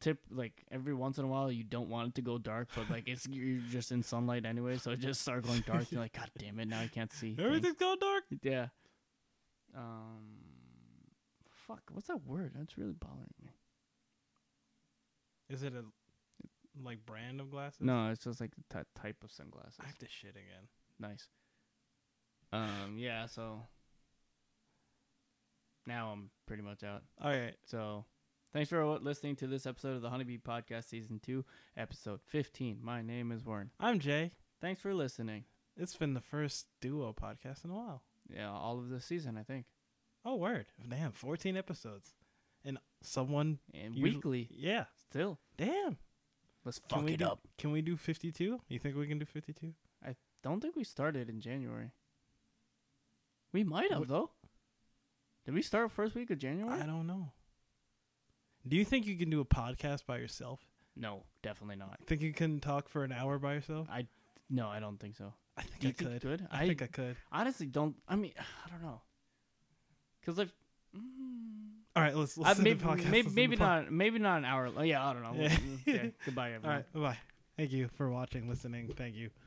Speaker 1: tip like every once in a while you don't want it to go dark, but like it's you're just in sunlight anyway, so it just starts going dark. You're like, God damn it, now I can't see. things."
Speaker 2: Everything's going dark.
Speaker 1: Yeah. Um. Fuck. What's that word? That's really bothering me.
Speaker 2: Is it a like brand of glasses?
Speaker 1: No, it's just like the t- type of sunglasses.
Speaker 2: I have to shit again.
Speaker 1: Nice. Um. Yeah. So. Now I'm pretty much out.
Speaker 2: All right.
Speaker 1: So, thanks for wa- listening to this episode of the Honeybee Podcast, Season 2, Episode 15. My name is Warren.
Speaker 2: I'm Jay.
Speaker 1: Thanks for listening.
Speaker 2: It's been the first duo podcast in a while.
Speaker 1: Yeah, all of this season, I think.
Speaker 2: Oh, word. Damn, 14 episodes. And someone.
Speaker 1: And
Speaker 2: You-
Speaker 1: weekly,
Speaker 2: Yeah.
Speaker 1: still.
Speaker 2: Damn.
Speaker 1: Let's
Speaker 2: Can
Speaker 1: fuck
Speaker 2: we
Speaker 1: it
Speaker 2: do,
Speaker 1: up.
Speaker 2: Can we do 52? You think we can do 52?
Speaker 1: Don't think we started in January. We might have,
Speaker 2: Wh-
Speaker 1: though. Did we start first week of January?
Speaker 2: I don't know. Do you think you can do a podcast by yourself?
Speaker 1: No, definitely not.
Speaker 2: Think you can talk for an hour by yourself?
Speaker 1: No, I don't think so.
Speaker 2: I think
Speaker 1: Do
Speaker 2: I
Speaker 1: you think
Speaker 2: could.
Speaker 1: you could?
Speaker 2: I, think I could.
Speaker 1: honestly don't. I mean, I don't know. Because I've. Mm,
Speaker 2: All right, let's,
Speaker 1: I-
Speaker 2: let's
Speaker 1: maybe
Speaker 2: end the podcast. Let's
Speaker 1: maybe,
Speaker 2: end
Speaker 1: maybe
Speaker 2: the pod-
Speaker 1: not maybe not an hour. Yeah, I don't know.
Speaker 2: Yeah.
Speaker 1: okay, goodbye, everyone.
Speaker 2: All right, bye. Thank you for watching, listening. Thank you.